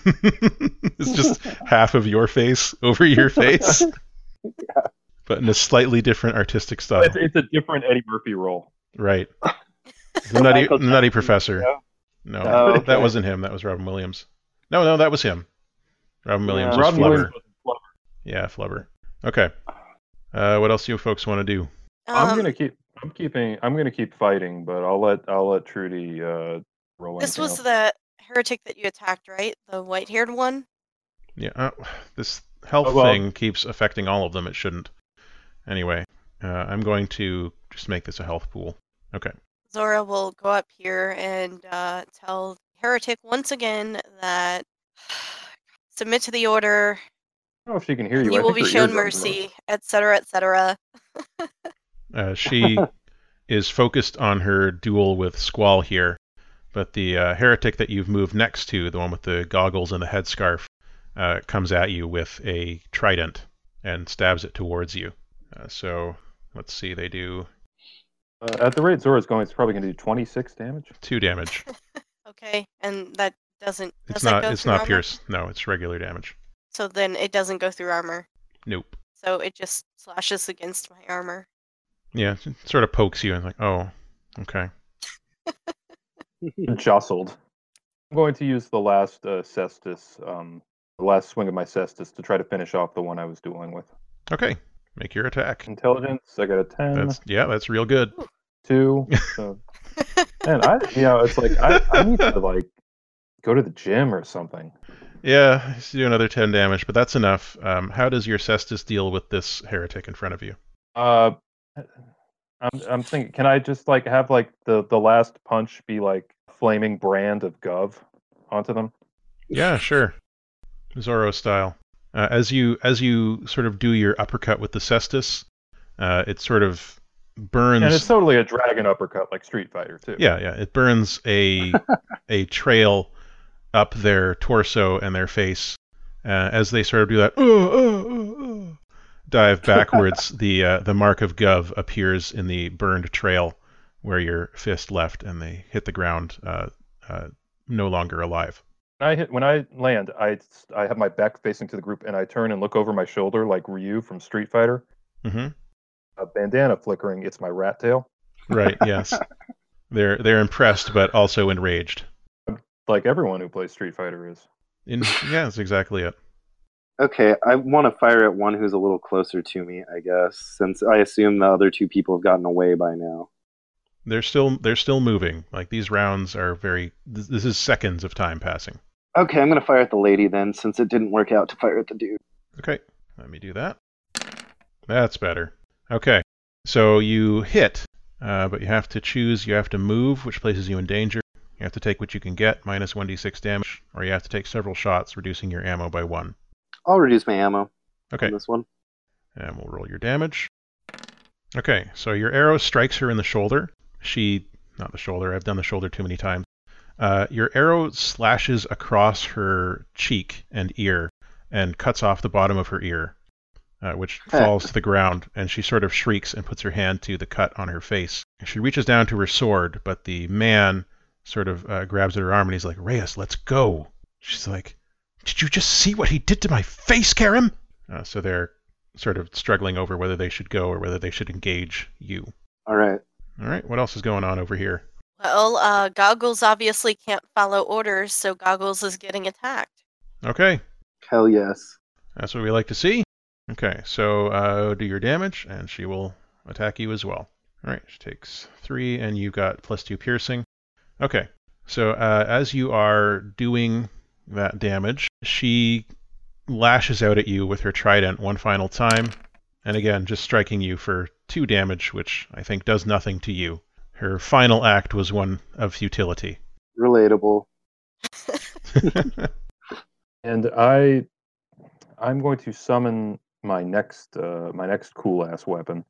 S2: it's just half of your face over your face, but in a slightly different artistic style.
S3: Oh, It's, it's a different Eddie Murphy role.
S2: Right. The nutty,
S4: Michael
S2: the nutty
S4: Jackson,
S2: Professor.
S4: yeah.
S2: No,
S4: Oh,
S2: that
S4: okay.
S2: wasn't him. That was Robin Williams. No, no, that was him. Robin Williams
S4: Yeah.
S2: was
S3: Robin
S2: Flubber.
S3: Williams was in Flubber.
S2: Yeah, Flubber. Okay. Uh, what else do you folks want to do?
S3: I'm
S1: Um,
S3: gonna keep. I'm keeping. I'm gonna keep fighting, but I'll let. I'll let Trudy uh, roll.
S1: This
S3: anything
S1: was
S3: else.
S1: the heretic that you attacked, right? The white-haired one.
S2: Yeah, uh, this health
S3: Oh, well-
S2: thing keeps affecting all of them. It shouldn't. Anyway, uh, I'm going to just make this a health pool.
S1: Zora will go up here and uh, tell heretic once again that submit to the order.
S3: I don't know if she can hear you.
S1: You,
S3: I
S1: will
S3: think
S1: be
S3: her
S1: shown
S3: ears are blown.
S1: mercy, etc., etc.
S2: Uh, she is focused on her duel with Squall here, but the uh, heretic that you've moved next to, the one with the goggles and the headscarf, uh, comes at you with a trident and stabs it towards you. Uh, so let's see, they do
S3: Uh, at the rate Zora's going, it's probably going to do 26 damage.
S2: two damage.
S1: Okay, and that doesn't. does
S2: it's
S1: that
S2: not
S1: go
S2: it's
S1: through
S2: not
S1: armor?
S2: pierce. No, it's regular damage.
S1: So then it doesn't go through armor.
S2: Nope.
S1: So it just slashes against my armor.
S2: Yeah, it sort of pokes you and like, oh, okay.
S3: Jostled. I'm going to use the last uh, cestus, um, the last swing of my cestus to try to finish off the one I was dueling with.
S2: Okay, make your attack.
S3: Intelligence, I got a 10,
S2: That's yeah, that's real good.
S3: 2. So. and I, you know, it's like I, I need to like go to the gym or something.
S2: Yeah, let's do another 10 damage, but that's enough. Um, how does your Cestus deal with this heretic in front of you?
S3: Uh, I'm, I'm thinking, can I just like have like the the last punch be like a flaming brand of Gov onto them?
S2: Yeah, sure. Zorro style. Uh, as you as you sort of do your uppercut with the Cestus, uh, it sort of burns.
S3: And it's totally a dragon uppercut, like Street Fighter too.
S2: yeah, yeah, it burns a a trail up their torso and their face uh, as they sort of do that. "Uh, uh, uh, uh," dive backwards. the uh, the mark of Gov appears in the burned trail where your fist left, and they hit the ground, uh, uh, no longer alive.
S3: When I hit when I land, I I have my back facing to the group, and I turn and look over my shoulder like Ryu from Street Fighter.
S2: hmm
S3: A bandana flickering. It's my rat tail.
S2: Right. Yes. they're they're impressed, but also enraged.
S3: Like everyone who plays Street Fighter is.
S2: In, yeah, that's exactly it.
S4: Okay, I want to fire at one who's a little closer to me, I guess, since I assume the other two people have gotten away by now.
S2: They're still they're still moving. Like these rounds are very. This, this is seconds of time passing.
S4: Okay, I'm going to fire at the lady then, since it didn't work out to fire at the dude.
S2: Okay, let me do that. That's better. Okay, so you hit, uh, but you have to choose. You have to move, which places you in danger. You have to take what you can get, minus 1d6 damage, or you have to take several shots, reducing your ammo by one.
S4: I'll reduce my ammo
S2: Okay,
S4: on this one.
S2: and we'll roll your damage. Okay, so your arrow strikes her in the shoulder. She, not the shoulder, I've done the shoulder too many times. Uh, your arrow slashes across her cheek and ear and cuts off the bottom of her ear, uh, which falls to the ground, and she sort of shrieks and puts her hand to the cut on her face. She reaches down to her sword, but the man sort of uh, grabs at her arm and he's like, Reyes, let's go. She's like, Did you just see what he did to my face, Karim? Uh, so they're sort of struggling over whether they should go or whether they should engage you.
S4: All right.
S2: All right, what else is going on over here?
S1: Well, uh, Goggles obviously can't follow orders, so Goggles is getting attacked.
S2: Okay,
S4: Hell yes.
S2: that's what we like to see. Okay, so uh, do your damage, and she will attack you as well. All right, she takes three, and you got plus two piercing. Okay, So uh, as you are doing that damage, she lashes out at you with her trident one final time, and again just striking you for two damage, which I think does nothing to you. Her final act was one of futility.
S4: Relatable.
S3: and I, I'm going to summon my next uh, my next cool ass weapon.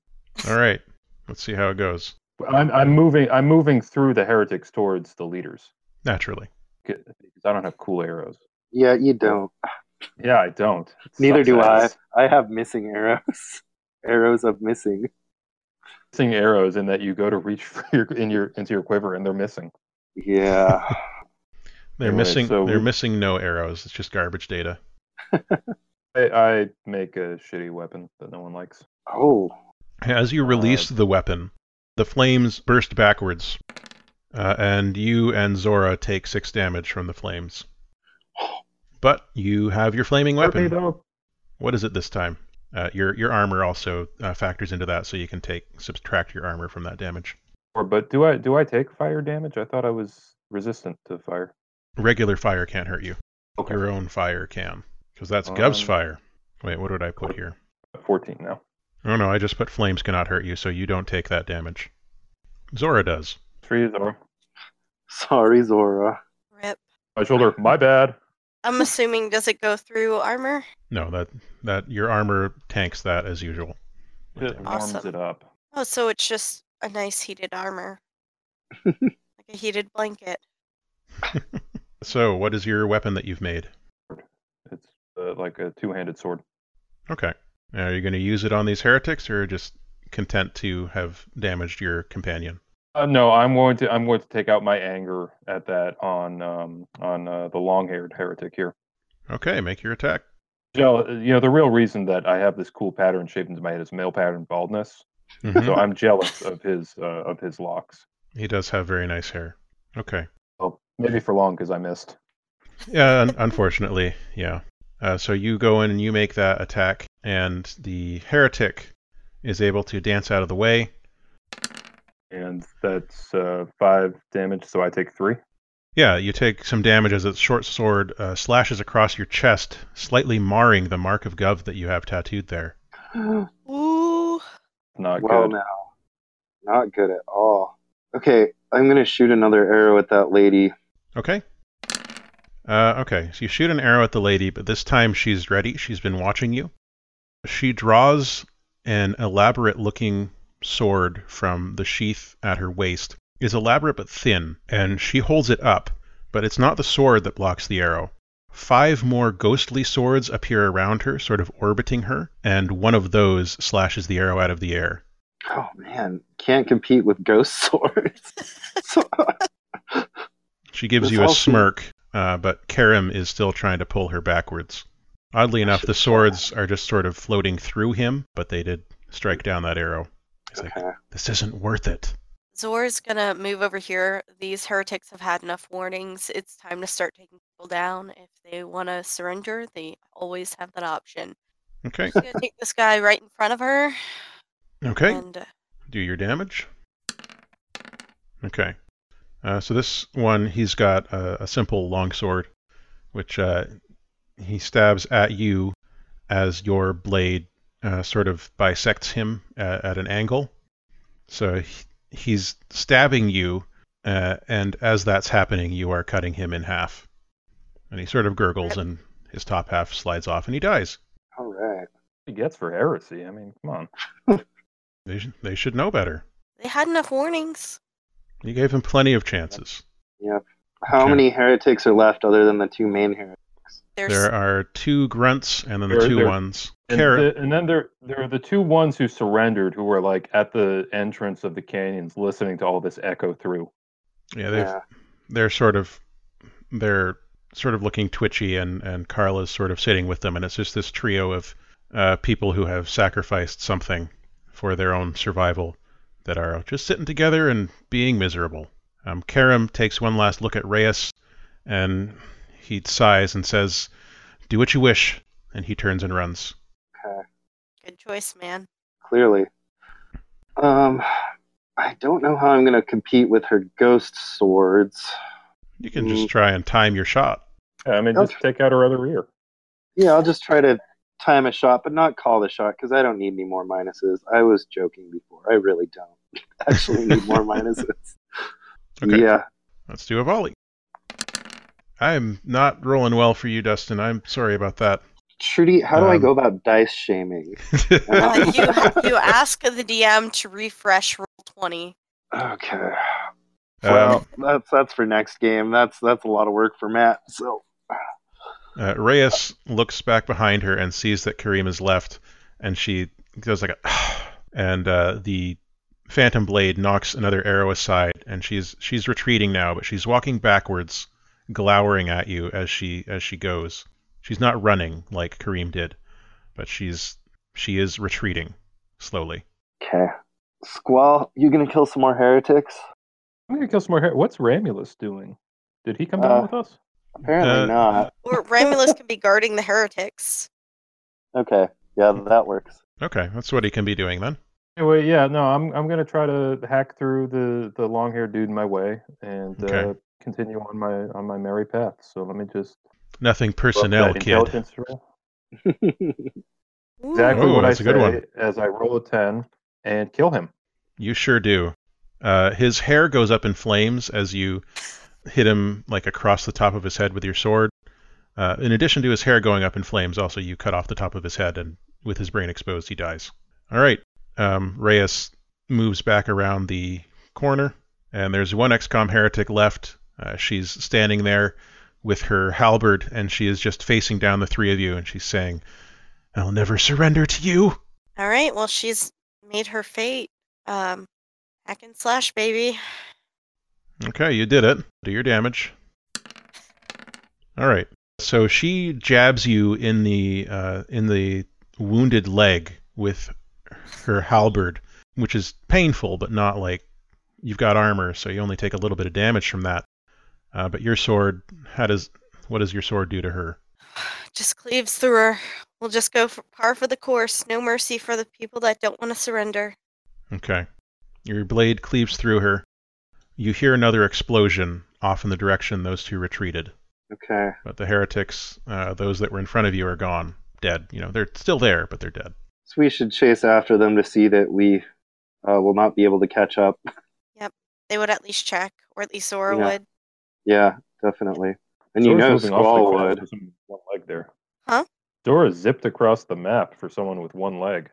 S2: All right, let's see how it goes.
S3: I'm, I'm moving I'm moving through the heretics towards the leaders
S2: Naturally.
S3: because I don't have cool arrows.
S4: Yeah, you don't.
S3: Yeah, I don't. It
S4: Neither
S3: sucks
S4: do I.
S3: ass.
S4: I have missing arrows. arrows of missing.
S3: Missing arrows in that you go to reach for your in your into your quiver and they're missing.
S4: Yeah.
S2: They're
S3: Anyway,
S2: missing.
S3: so
S2: they're
S3: we-
S2: missing no arrows. It's just garbage data.
S3: I, I make a shitty weapon that no one likes.
S4: oh,
S2: As you release the weapon, the flames burst backwards, uh, and you and Zora take six damage from the flames. But you have your flaming weapon. What is it this time? Uh, your your armor also uh, factors into that, so you can take subtract your armor from that damage.
S3: Or, but do I do I take fire damage? I thought I was resistant to fire.
S2: Regular fire can't hurt you.
S3: Okay,
S2: Your own fire can, because that's Gov's
S3: Um,
S2: fire. Wait, what did I put here?
S3: fourteen now.
S2: Oh no, I just put flames cannot hurt you, so you don't take that damage. Zora does.
S3: Three is our-
S4: sorry, Zora.
S1: Rip.
S3: my shoulder. My bad.
S1: I'm assuming does it go through armor?
S2: No, that that your armor tanks that as usual.
S3: It warms
S1: Awesome.
S3: it up.
S1: Oh, so it's just a nice heated armor, like a heated blanket.
S2: So, what is your weapon that you've made?
S3: It's uh, like a two-handed sword.
S2: Okay. Now, Are you going to use it on these heretics, or just content to have damaged your companion?
S3: Uh, no, I'm going to I'm going to take out my anger at that on um, on uh, the long-haired heretic here.
S2: Okay, make your attack.
S3: You know, you know the real reason that I have this cool pattern shaped into my head is male pattern baldness.
S2: Mhm.
S3: So I'm jealous of his uh, of his locks.
S2: he does have very nice hair. Okay.
S3: Well, maybe for long because I missed.
S2: Yeah, un- unfortunately, yeah. Uh, so you go in and you make that attack, and the heretic is able to dance out of the way.
S3: and that's uh, five damage. So I take three.
S2: Yeah, you take some damage as its short sword uh, slashes across your chest, slightly marring the mark of Gov that you have tattooed there.
S1: Ooh,
S3: Not
S4: well,
S3: good.
S4: now. Not good at all. Okay, I'm going to shoot another arrow at that lady.
S2: Okay. Uh, okay, so you shoot an arrow at the lady, but this time she's ready. She's been watching you. She draws an elaborate looking sword from the sheath at her waist. It's elaborate but thin, and she holds it up, but it's not the sword that blocks the arrow. Five more ghostly swords appear around her, sort of orbiting her, and one of those slashes the arrow out of the air.
S4: Oh, man. Can't compete with ghost swords.
S2: She gives
S4: This
S2: you a
S4: also-
S2: smirk, uh, but Karim is still trying to pull her backwards. Oddly enough, the swords are just sort of floating through him, but they did strike down that arrow. He's like,
S4: okay.
S2: this isn't worth it.
S1: Zor's gonna move over here. These heretics have had enough warnings. It's time to start taking people down. If they want to surrender, they always have that option.
S2: Okay.
S1: She's gonna take this guy right in front of her,
S2: Okay.
S1: and uh,
S2: Do your damage. Okay. Uh, so this one, he's got a, a simple longsword, which uh, he stabs at you as your blade uh, sort of bisects him uh, at an angle. So he, he's stabbing you, uh, and as that's happening, you are cutting him in half. And he sort of gurgles, and his top half slides off, and he dies.
S4: All right.
S3: He gets for heresy. I mean, come on.
S2: They, sh- they should know better.
S1: they had enough warnings.
S2: You gave him plenty of chances.
S4: How
S2: Okay.
S4: many heretics are left other than the two main heretics?
S1: There's
S2: There are two grunts and then the
S3: There-
S2: two
S3: there-
S2: ones.
S3: And,
S2: Kara,
S3: the- and then there there are the two ones who surrendered, who were like at the entrance of the canyons, listening to all this echo through.
S2: yeah, they're, they're sort of they're sort of looking twitchy, and and Carla's sort of sitting with them, and it's just this trio of uh, people who have sacrificed something for their own survival that are just sitting together and being miserable. Um, Karim takes one last look at Reyes, and he sighs and says, "Do what you wish," and he turns and runs.
S1: good choice, man.
S4: clearly. Um, I don't know how I'm going to compete with her ghost swords.
S2: You can
S3: Mm.
S2: just try and time your shot.
S3: Yeah, I mean, just take out her other ear.
S4: Yeah, I'll just try to time a shot, but not call the shot because I don't need any more minuses. I was joking before. I really don't actually need more minuses.
S2: Okay.
S4: Yeah.
S2: Let's do a volley. I'm not rolling well for you, Dustin. I'm sorry about that.
S4: Trudy, how do I
S2: Um,
S4: go about dice shaming?
S1: Uh, you, you ask the DM to refresh roll 20.
S4: Okay.
S2: um,
S4: Well, that's that's for next game. That's that's a lot of work for Matt. So
S2: uh, Reyes looks back behind her and sees that Kareem is left, and she goes like a, and uh, the phantom blade knocks another arrow aside, and she's she's retreating now, but she's walking backwards, glowering at you as she as she goes. She's not running like Kareem did, but she's she is retreating slowly.
S4: okay, Squall, you gonna kill some more heretics?
S3: I'm gonna kill some more hair. What's Ramulus doing? Did he come down
S4: Uh,
S3: with us?
S4: Apparently
S2: Uh,
S4: not.
S1: Or Ramulus can be guarding the heretics.
S4: Okay, yeah, that works.
S2: Okay, that's what he can be doing then.
S3: Anyway, yeah, no, I'm I'm gonna try to hack through the the long haired dude in my way and uh,
S2: Okay.
S3: continue on my on my merry path. So let me just
S2: Nothing personnel,
S3: Love that
S2: kid.
S3: intelligence roll.
S1: Ooh.
S3: Exactly
S2: Ooh,
S3: what I
S2: that's a good
S3: say
S2: one.
S3: as I roll a ten and kill him.
S2: You sure do. Uh, his hair goes up in flames as you hit him like across the top of his head with your sword. Uh, in addition to his hair going up in flames, also you cut off the top of his head, and with his brain exposed, he dies. All right. Um, Reyes moves back around the corner, and there's one XCOM heretic left. Uh, she's standing there with her halberd, and she is just facing down the three of you, and she's saying, "I'll never surrender to you."
S1: All right, well, she's made her fate. Um, hack and slash, baby.
S2: Okay, you did it. Do your damage. All right. So she jabs you in the uh, in the wounded leg with her halberd, which is painful, but not like you've got armor, so you only take a little bit of damage from that. Uh, but your sword, how does what does your sword do to her?
S1: Just cleaves through her. We'll just go for par for the course. No mercy for the people that don't want to surrender.
S2: Okay. Your blade cleaves through her. You hear another explosion off in the direction those two retreated.
S4: Okay,
S2: But the heretics, uh, those that were in front of you, are gone, dead. You know, they're still there, but they're dead.
S4: so we should chase after them to see that we uh, will not be able to catch up.
S1: They would at least check, or at least Zora
S4: Yeah.
S1: would.
S4: Yeah, definitely. And you
S3: Dora's
S4: know,
S3: moving awfully
S4: Squall
S3: fast
S4: would.
S3: with some- One leg there.
S1: Huh?
S3: Dora zipped across the map for someone with one leg.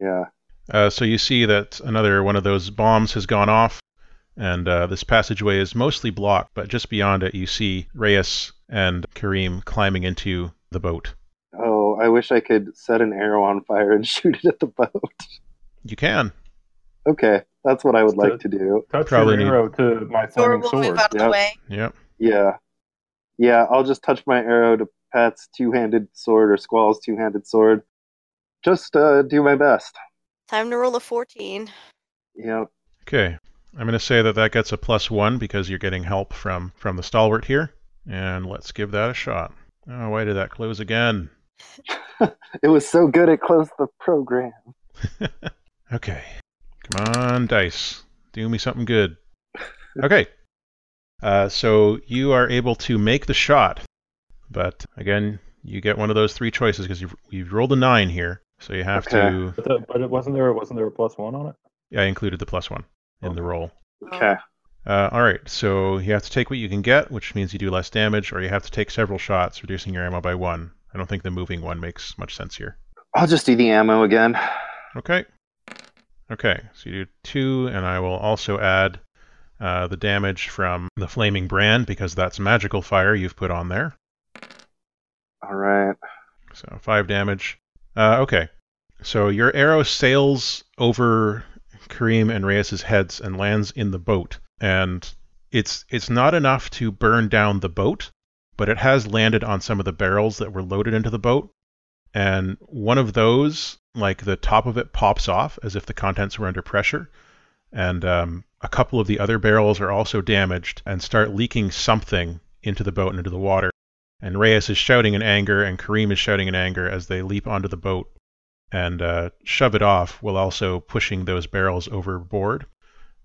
S4: Yeah.
S2: uh, so you see that another one of those bombs has gone off, and uh, this passageway is mostly blocked. But just beyond it, you see Reyes and Kareem climbing into the boat.
S4: Oh, I wish I could set an arrow on fire and shoot it at the boat.
S2: You can.
S4: Okay, that's what I would like
S3: Good.
S4: to do.
S3: Touch
S2: Probably
S3: an
S2: need-
S3: arrow to my
S1: Zora
S3: flaming
S1: will move
S3: sword.
S1: out of the
S4: yeah.
S1: way.
S2: Yep.
S4: Yeah. Yeah, I'll just touch my arrow to Pat's two handed sword or Squall's two handed sword. Just uh, do my best.
S1: Time to roll a 14.
S4: Yeah.
S2: Okay. I'm going to say that that gets a plus one because you're getting help from from the stalwart here, and let's give that a shot. Oh, why did that close again?
S4: It was so good it closed the program.
S2: Okay. Come on, dice. Do me something good. Okay. Uh, so you are able to make the shot, but again, you get one of those three choices because you've, you've rolled a nine here. So you have
S4: Okay.
S2: to.
S3: But, the, but it wasn't there. Wasn't there a plus one on it?
S2: I included the plus one in the roll.
S4: Okay.
S2: Uh, all right. So you have to take what you can get, which means you do less damage, or you have to take several shots, reducing your ammo by one. I don't think the moving one makes much sense here.
S4: I'll just do the ammo again.
S2: Okay. Okay, so you do two, and I will also add uh, the damage from the flaming brand because that's magical fire you've put on there.
S4: All right.
S2: So five damage. Uh, okay, so your arrow sails over Kareem and Reyes's heads and lands in the boat, and it's it's not enough to burn down the boat, but it has landed on some of the barrels that were loaded into the boat, and one of those, like the top of it, pops off as if the contents were under pressure, and um, a couple of the other barrels are also damaged and start leaking something into the boat and into the water. And Reyes is shouting in anger, and Kareem is shouting in anger as they leap onto the boat and uh, shove it off while also pushing those barrels overboard.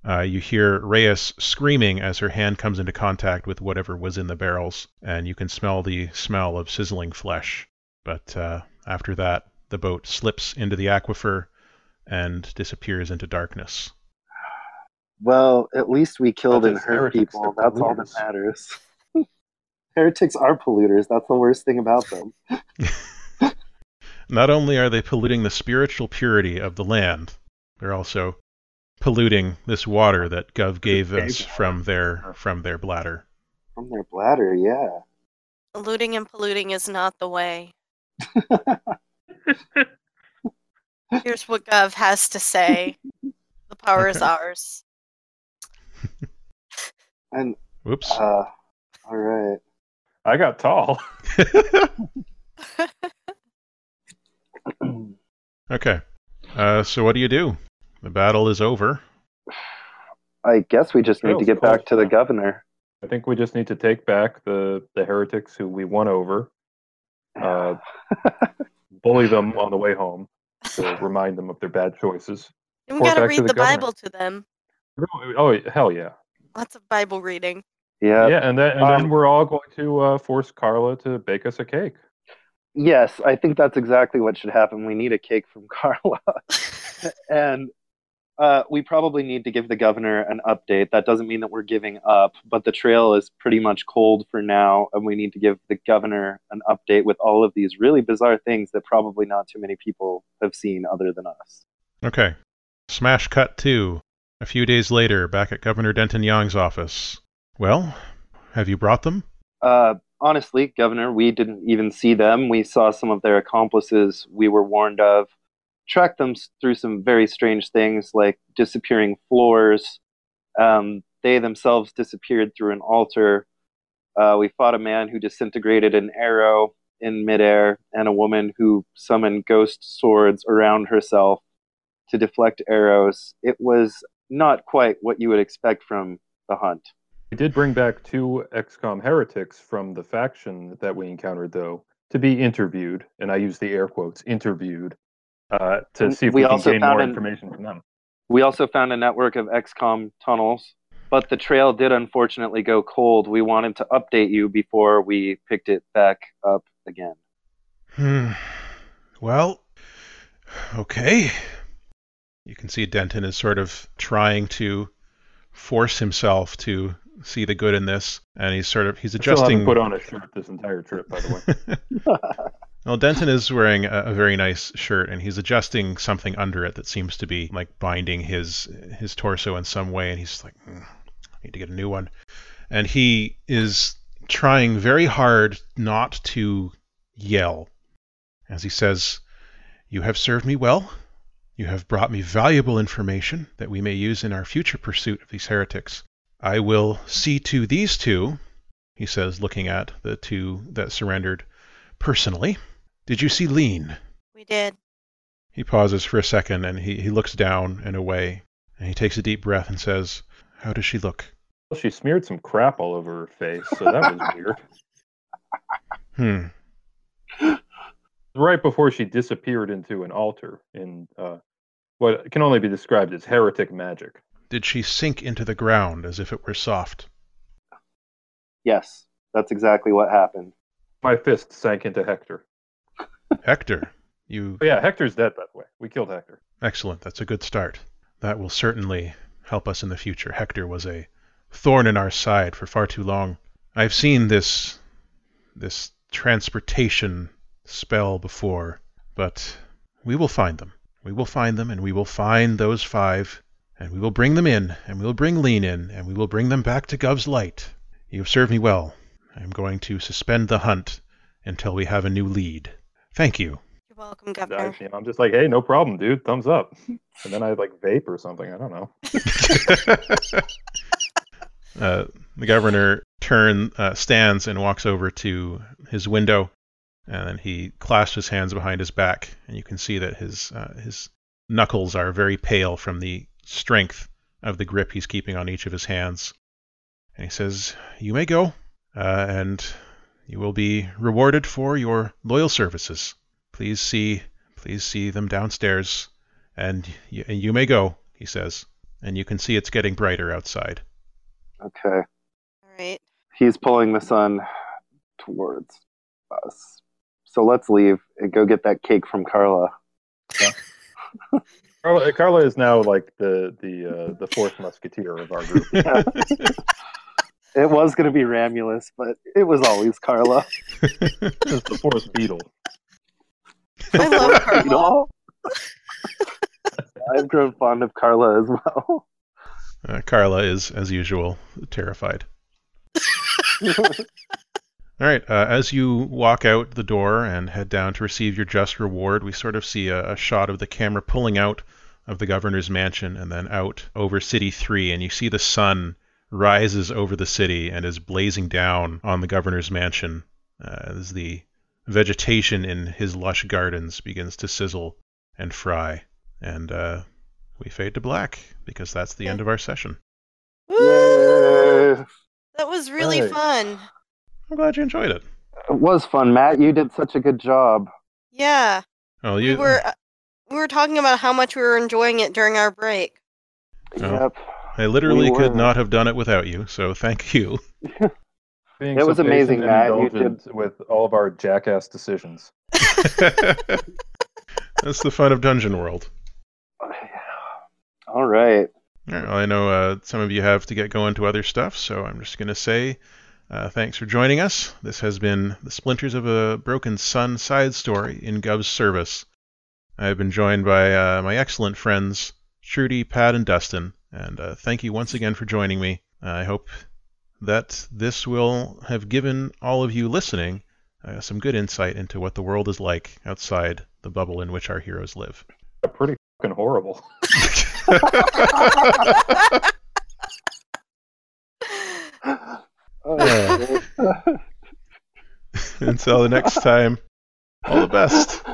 S2: Uh, you hear Reyes screaming as her hand comes into contact with whatever was in the barrels, and you can smell the smell of sizzling flesh. But uh, after that, the boat slips into the aquifer and disappears into darkness.
S4: Well, at least we killed
S3: That
S4: and
S3: is
S4: hurt
S3: heretics,
S4: people.
S3: they're
S4: That's all that
S3: polluters.
S4: matters. heretics are polluters. That's the worst thing about them.
S2: Not only are they polluting the spiritual purity of the land, they're also polluting this water that Gov gave us from their from their bladder.
S4: From their bladder, yeah.
S1: Looting and polluting is not the way. Here's what Gov has to say. The power is
S2: Okay.
S1: ours.
S4: And
S2: Whoops.
S4: uh, all right.
S3: I got tall.
S2: Uh. okay. Uh, so what do you do? The battle is over.
S4: I guess we just need
S3: Oh,
S4: to get
S3: cool.
S4: back to the governor.
S3: I think we just need to take back the the heretics who we won over, uh, bully them on the way home to remind them of their bad choices.
S1: And we
S3: Report
S1: gotta
S3: back to
S1: read
S3: the
S1: the
S3: governor.
S1: Bible to them.
S3: Oh hell yeah,
S1: Lots of Bible reading.
S4: yeah.
S3: yeah, and then and
S4: Um,
S3: then we're all going to uh, force Carla to bake us a cake.
S4: Yes, I think that's exactly what should happen. We need a cake from Carla. and uh, we probably need to give the governor an update. That doesn't mean that we're giving up, but the trail is pretty much cold for now, and we need to give the governor an update with all of these really bizarre things that probably not too many people have seen other than us.
S2: Okay. Smash cut two. A few days later, back at Governor Denton Young's office. Well, have you brought them?
S4: Uh, honestly, Governor, we didn't even see them. We saw some of their accomplices we were warned of, tracked them s- through some very strange things like disappearing floors. Um, they themselves disappeared through an altar. Uh, we fought a man who disintegrated an arrow in midair and a woman who summoned ghost swords around herself to deflect arrows. It was not quite what you would expect from the hunt.
S3: We did bring back two XCOM heretics from the faction that we encountered, though, to be interviewed, and I use the air quotes "interviewed" uh, to
S4: And
S3: see if
S4: we
S3: we, can
S4: also
S3: gain
S4: found
S3: more
S4: an-
S3: information from them.
S4: We also found a network of XCOM tunnels, but the trail did unfortunately go cold. We wanted to update you before we picked it back up again.
S2: Hmm. Well, okay. You can see Denton is sort of trying to force himself to see the good in this, and he's sort of he's
S3: I still haven't
S2: adjusting.
S3: put on a shirt this entire trip, by the way.
S2: Well, Denton is wearing a, a very nice shirt, and he's adjusting something under it that seems to be like binding his his torso in some way. And he's like, "Mm, I need to get a new one. And he is trying very hard not to yell as he says, "You have served me well. You have brought me valuable information that we may use in our future pursuit of these heretics. I will see to these two," he says, looking at the two that surrendered. Personally, did you see Lean?
S1: We did.
S2: He pauses for a second and he, he looks down and away. And he takes a deep breath and says, How does she look?
S3: Well, she smeared some crap all over her face, so that was weird.
S2: Hmm.
S3: Right before she disappeared into an altar in uh, what can only be described as heretic magic.
S2: Did she sink into the ground as if it were soft?
S4: Yes, that's exactly what happened.
S3: My fist sank into Hector.
S2: Hector, you.
S3: But yeah, Hector's dead, by the way. We killed Hector.
S2: Excellent. That's a good start. That will certainly help us in the future. Hector was a thorn in our side for far too long. I've seen this. this transportation spell before, but we will find them. We will find them, and we will find those five, and we will bring them in, and we will bring Lean in, and we will bring them back to Gov's light. You have served me well. I am going to suspend the hunt until we have a new lead. Thank you.
S1: You're welcome,
S3: I,
S1: Governor.
S3: you know, I'm just like, hey, no problem, dude. Thumbs up. And then I like vape or something. I don't know.
S2: Uh, the governor turn uh, stands and walks over to his window, and then he clasps his hands behind his back, and you can see that his uh, his knuckles are very pale from the strength of the grip he's keeping on each of his hands. And he says, "You may go, uh, and you will be rewarded for your loyal services. Please see, please see them downstairs, and y- you may go," he says. and you can see it's getting brighter outside.
S4: Okay.
S1: All right.
S4: He's pulling the sun towards us. So let's leave and go get that cake from Carla.
S3: Carla, uh, Carla is now like the the uh, the fourth musketeer of our group.
S4: It was going to be Ramulus, but it was always Carla.
S3: This is the fourth beetle.
S1: I love
S4: You
S1: Carla.
S4: know? I've grown fond of Carla as well.
S2: Uh, Carla is, as usual, terrified. All right. Uh, as you walk out the door and head down to receive your just reward, we sort of see a, a shot of the camera pulling out of the governor's mansion and then out over City 3, and you see the sun rises over the city and is blazing down on the governor's mansion uh, as the vegetation in his lush gardens begins to sizzle and fry. And uh, we fade to black because that's the end of our session.
S1: Woo!
S4: Yay.
S1: That was really
S3: Right.
S1: fun.
S2: I'm glad you enjoyed it.
S4: It was fun, Matt. You did such a good job.
S1: Yeah,
S2: Oh,
S1: we
S2: you
S1: were uh, we were talking about how much we were enjoying it during our break.
S2: Oh.
S4: Yep.
S2: I literally
S4: we
S2: could
S4: were-
S2: not have done it without you, so thank you.
S3: Being
S4: It was
S3: so patient
S4: amazing,
S3: and
S4: Matt. You
S3: indulgent with all of our jackass decisions.
S2: That's the fun of Dungeon World.
S4: All right.
S2: All right, well, I know uh, some of you have to get going to other stuff, so I'm just going to say uh, thanks for joining us. This has been the Splinters of a Broken Sun side story in Gov's service. I've been joined by uh, my excellent friends, Trudy, Pat, and Dustin, and uh, thank you once again for joining me. I hope that this will have given all of you listening uh, some good insight into what the world is like outside the bubble in which our heroes live.
S3: Pretty fucking horrible.
S4: Oh,
S2: Until the next time, all the best.